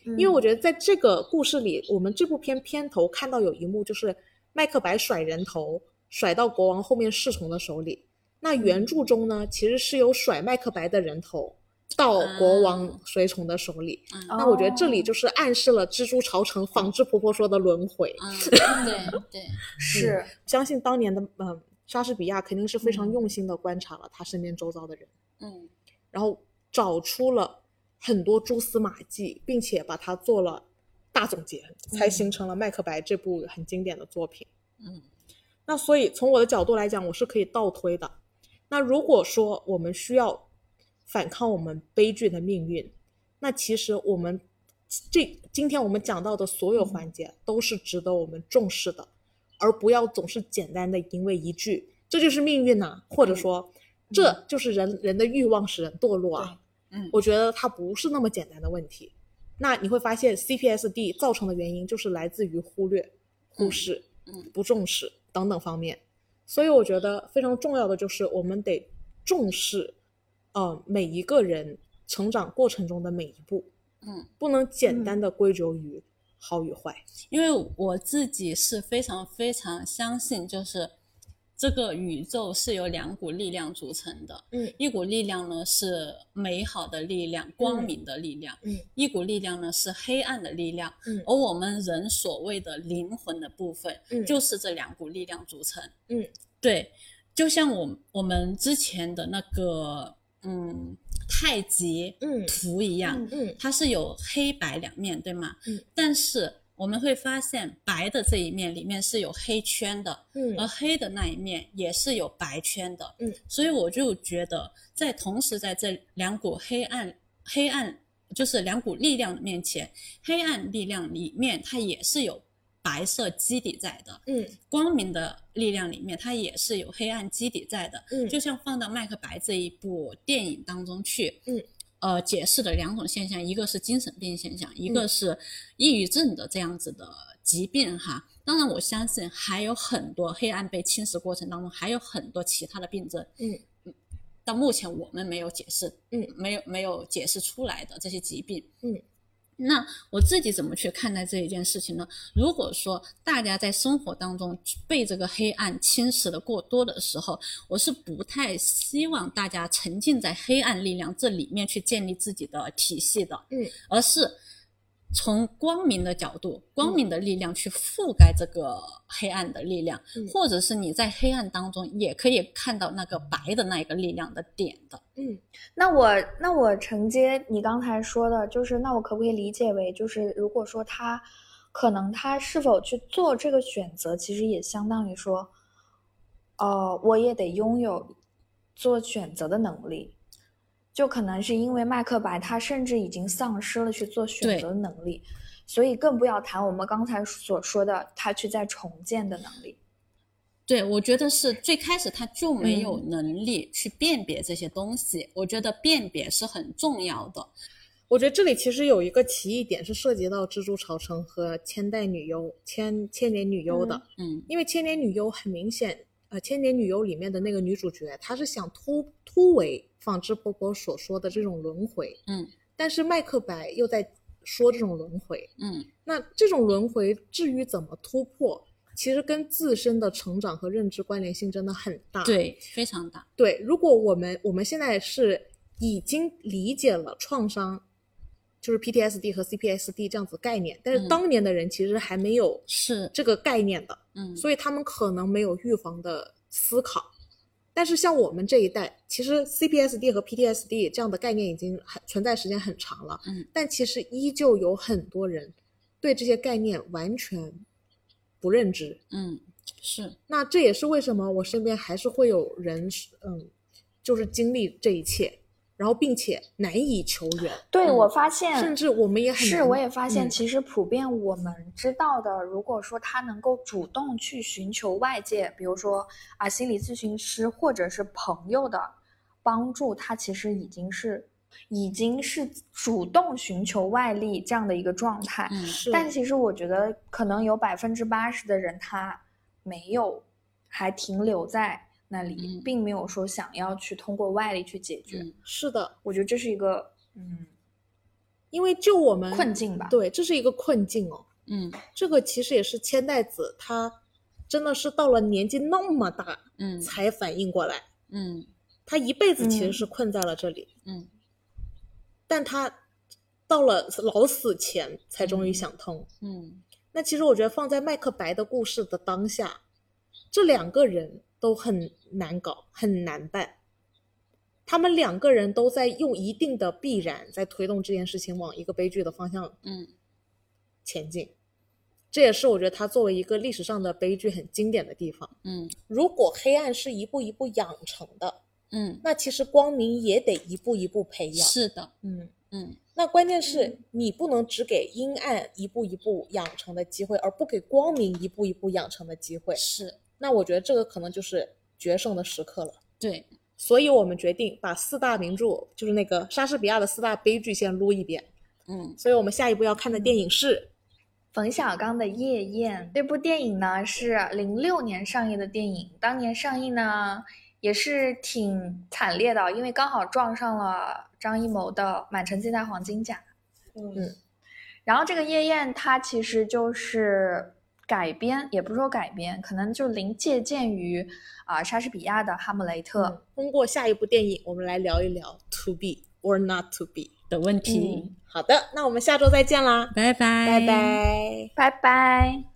S3: 因
S1: 因为
S2: 嗯
S1: 我觉得在这个故事里，我们这部片片头看到有一幕，就是麦克白甩人头，甩到国王后面侍从的手里。那
S2: 嗯
S1: 原著中呢，其实是有甩麦克白的人头到国王
S2: 啊
S1: 随从的手里。
S2: 嗯
S1: 那我觉得这
S3: 哦
S1: 里就是暗示了蜘蛛巢城纺织婆婆说的轮回。
S2: 嗯，对对，
S3: 是
S1: 相信当年的嗯、呃莎士比亚肯定是非常
S3: 嗯
S1: 用心的观察了他身边周遭的人。
S2: 嗯
S1: 然后找出了很多蛛丝马迹，并且把它做了大总结，才
S2: 嗯
S1: 形成了《麦克白》这部很经典的作品。
S2: 嗯
S1: 那所以从我的角度来讲，我是可以倒推的。那如果说我们需要反抗我们悲剧的命运，那其实我们这今天我们讲到的所
S2: 嗯
S1: 有环节都是值得我们重视的，而不要总是简单的因为一句“这就是命运呐、或
S2: 嗯
S1: 者说“这就是人人的欲望使人堕落啊”，
S2: 嗯
S1: 我觉得它不是那么简单的问题。那你会发现 CPSD 造成的原因就是来自于忽略、忽视、
S2: 嗯
S1: 不重视等等方面。所以我觉得非常重要的就是我们得重视，呃，每一个人成长过程中的每一步，
S2: 嗯，
S1: 不能简单的归咎于好与坏。
S2: 因为我自己是非常非常相信，就是这个宇宙是由两股力量组成的，
S1: 嗯
S2: 一股力量呢是美好的力量、光明的力量，
S1: 嗯
S2: 一股力量呢是黑暗的力量，
S1: 嗯
S2: 而我们人所谓的灵魂的部分，
S1: 嗯
S2: 就是这两股力量组成，
S1: 嗯，
S2: 对，就像我我们之前的那个嗯太极
S1: 嗯
S2: 图一样，
S3: 嗯
S1: 嗯
S2: 它是有黑白两面对吗？
S1: 嗯，
S2: 但是我们会发现白的这一面里面是有黑圈的，而
S1: 嗯
S2: 黑的那一面也是有白圈的。
S1: 嗯，
S2: 所以我就觉得，在同时在这两股黑暗、黑暗就是两股力量的面前，黑暗力量里面它也是有白色基底在的，
S1: 嗯
S2: 光明的力量里面它也是有黑暗基底在的。
S1: 嗯，
S2: 就像放到《麦克白》这一部电影当中去，
S1: 嗯，
S2: 呃，解释的两种现象，一个是精神病现象，
S1: 嗯
S2: 一个是抑郁症的这样子的疾病哈。当然，我相信还有很多黑暗被侵蚀过程当中，还有很多其他的病症，
S1: 嗯，
S2: 到目前我们没有解释，
S1: 嗯，
S2: 没有没有解释出来的这些疾病，
S1: 嗯。
S2: 那我自己怎么去看待这一件事情呢？如果说大家在生活当中被这个黑暗侵蚀的过多的时候，我是不太希望大家沉浸在黑暗力量这里面去建立自己的体系的，
S1: 嗯，
S2: 而是从光明的角
S1: 嗯
S2: 度，光明的力量去覆盖这个黑暗的力量，
S1: 嗯
S2: 或者是你在黑暗当中也可以看到那个白的那一个力量的点的，
S1: 嗯
S3: 那我那我承接你刚才说的，就是那我可不可以理解为，就是如果说他可能他是否去做这个选择，其实也相当于说，呃，我也得拥有做选择的能力。就可能是因为麦克白他甚至已经丧失了去做选
S2: 对
S3: 择的能力，所以更不要谈我们刚才所说的他去再重建的能力。
S2: 对，我觉得是最开始他就没有能力去辨别这些东西，我觉得辨别是很重要的。
S1: 我觉得这里其实有一个歧义点是涉及到蜘蛛巢城和千代女优、千千年女优的，
S3: 嗯
S2: 嗯
S1: 因为千年女优很明显，呃，千年女优里面的那个女主角，她是想突突围纺织婆婆所说的这种轮回，
S2: 嗯
S1: 但是麦克白又在说这种轮回。
S2: 嗯，
S1: 那这种轮回至于怎么突破，其实跟自身的成长和认知关联性真的很大。
S2: 对，非常大。
S1: 对，如果我们我们现在是已经理解了创伤，就是 PTSD 和 CPSD 这样子概念，但是
S2: 嗯
S1: 当年的人其实还没有
S2: 是，
S1: 这个概念的。
S2: 嗯，
S1: 所以他们可能没有预防的思考。但是像我们这一代，其实 CPSD 和 PTSD 这样的概念已经很存在时间很长了，
S2: 嗯，
S1: 但其实依旧有很多人对这些概念完全不认知。
S2: 嗯，是，
S1: 那这也是为什么我身边还是会有人是，嗯，就是经历这一切，然后并且难以求援，
S3: 对，
S2: 嗯
S3: 我发现，
S1: 甚至我们也很
S3: 是，
S1: 难
S3: 我也发现，
S2: 嗯
S3: 其实普遍我们知道的，如果说他能够主动去寻求外界，比如说啊心理咨询师或者是朋友的帮助，他其实已经是已经是主动寻求外力这样的一个状态。
S2: 嗯
S1: 是，
S3: 但其实我觉得，可能有百分之八十的人他没有，还停留在那里，
S2: 嗯
S3: 并没有说想要去通过外力去解决。
S2: 嗯
S1: 是的，
S3: 我觉得这是一个嗯
S1: 因为就我们
S3: 困境吧。
S1: 对，这是一个困境哦。
S2: 嗯
S1: 这个其实也是千代子，她真的是到了年纪那么大
S2: 嗯
S1: 才反应过来，
S2: 嗯
S1: 她一辈子
S3: 嗯
S1: 其实是困在了这里，
S2: 嗯
S1: 但她到了老死前才终于想通。
S2: 嗯
S1: 那其实我觉得放在麦克白的故事的当下，这两个人都很难搞，很难办。他们两个人都在用一定的必然在推动这件事情往一个悲剧的方向
S2: 嗯
S1: 前进，这也是我觉得它作为一个历史上的悲剧很经典的地方。
S2: 嗯
S1: 如果黑暗是一步一步养成的，
S2: 嗯，
S1: 那其实光明也得一步一步培养。
S2: 是的，
S1: 嗯，
S2: 嗯
S1: 那关键是
S3: 嗯
S1: 你不能只给阴暗一步一步养成的机会，而不给光明一步一步养成的机会。
S2: 是，
S1: 那我觉得这个可能就是决胜的时刻了。
S2: 对，
S1: 所以我们决定把四大名著，就是那个莎士比亚的四大悲剧先撸一遍。
S2: 嗯
S1: 所以我们下一步要看的电影是《
S3: 冯小刚的《夜宴》这部电影呢，是零六年上映的电影。当年上映呢，也是挺惨烈的，因为刚好撞上了张艺谋的《满城尽带黄金甲》。
S1: 嗯，
S3: 然后这个《夜宴》它其实就是改编，也不是说改编，可能就临借鉴于啊、莎士比亚的《哈姆雷特》
S1: 通过下一部电影，我们来聊一聊 To Be or Not To Be。
S2: 的问题。
S3: 嗯
S1: 好的，那我们下周再见啦，
S2: 拜拜，
S1: 拜拜。
S3: 拜拜。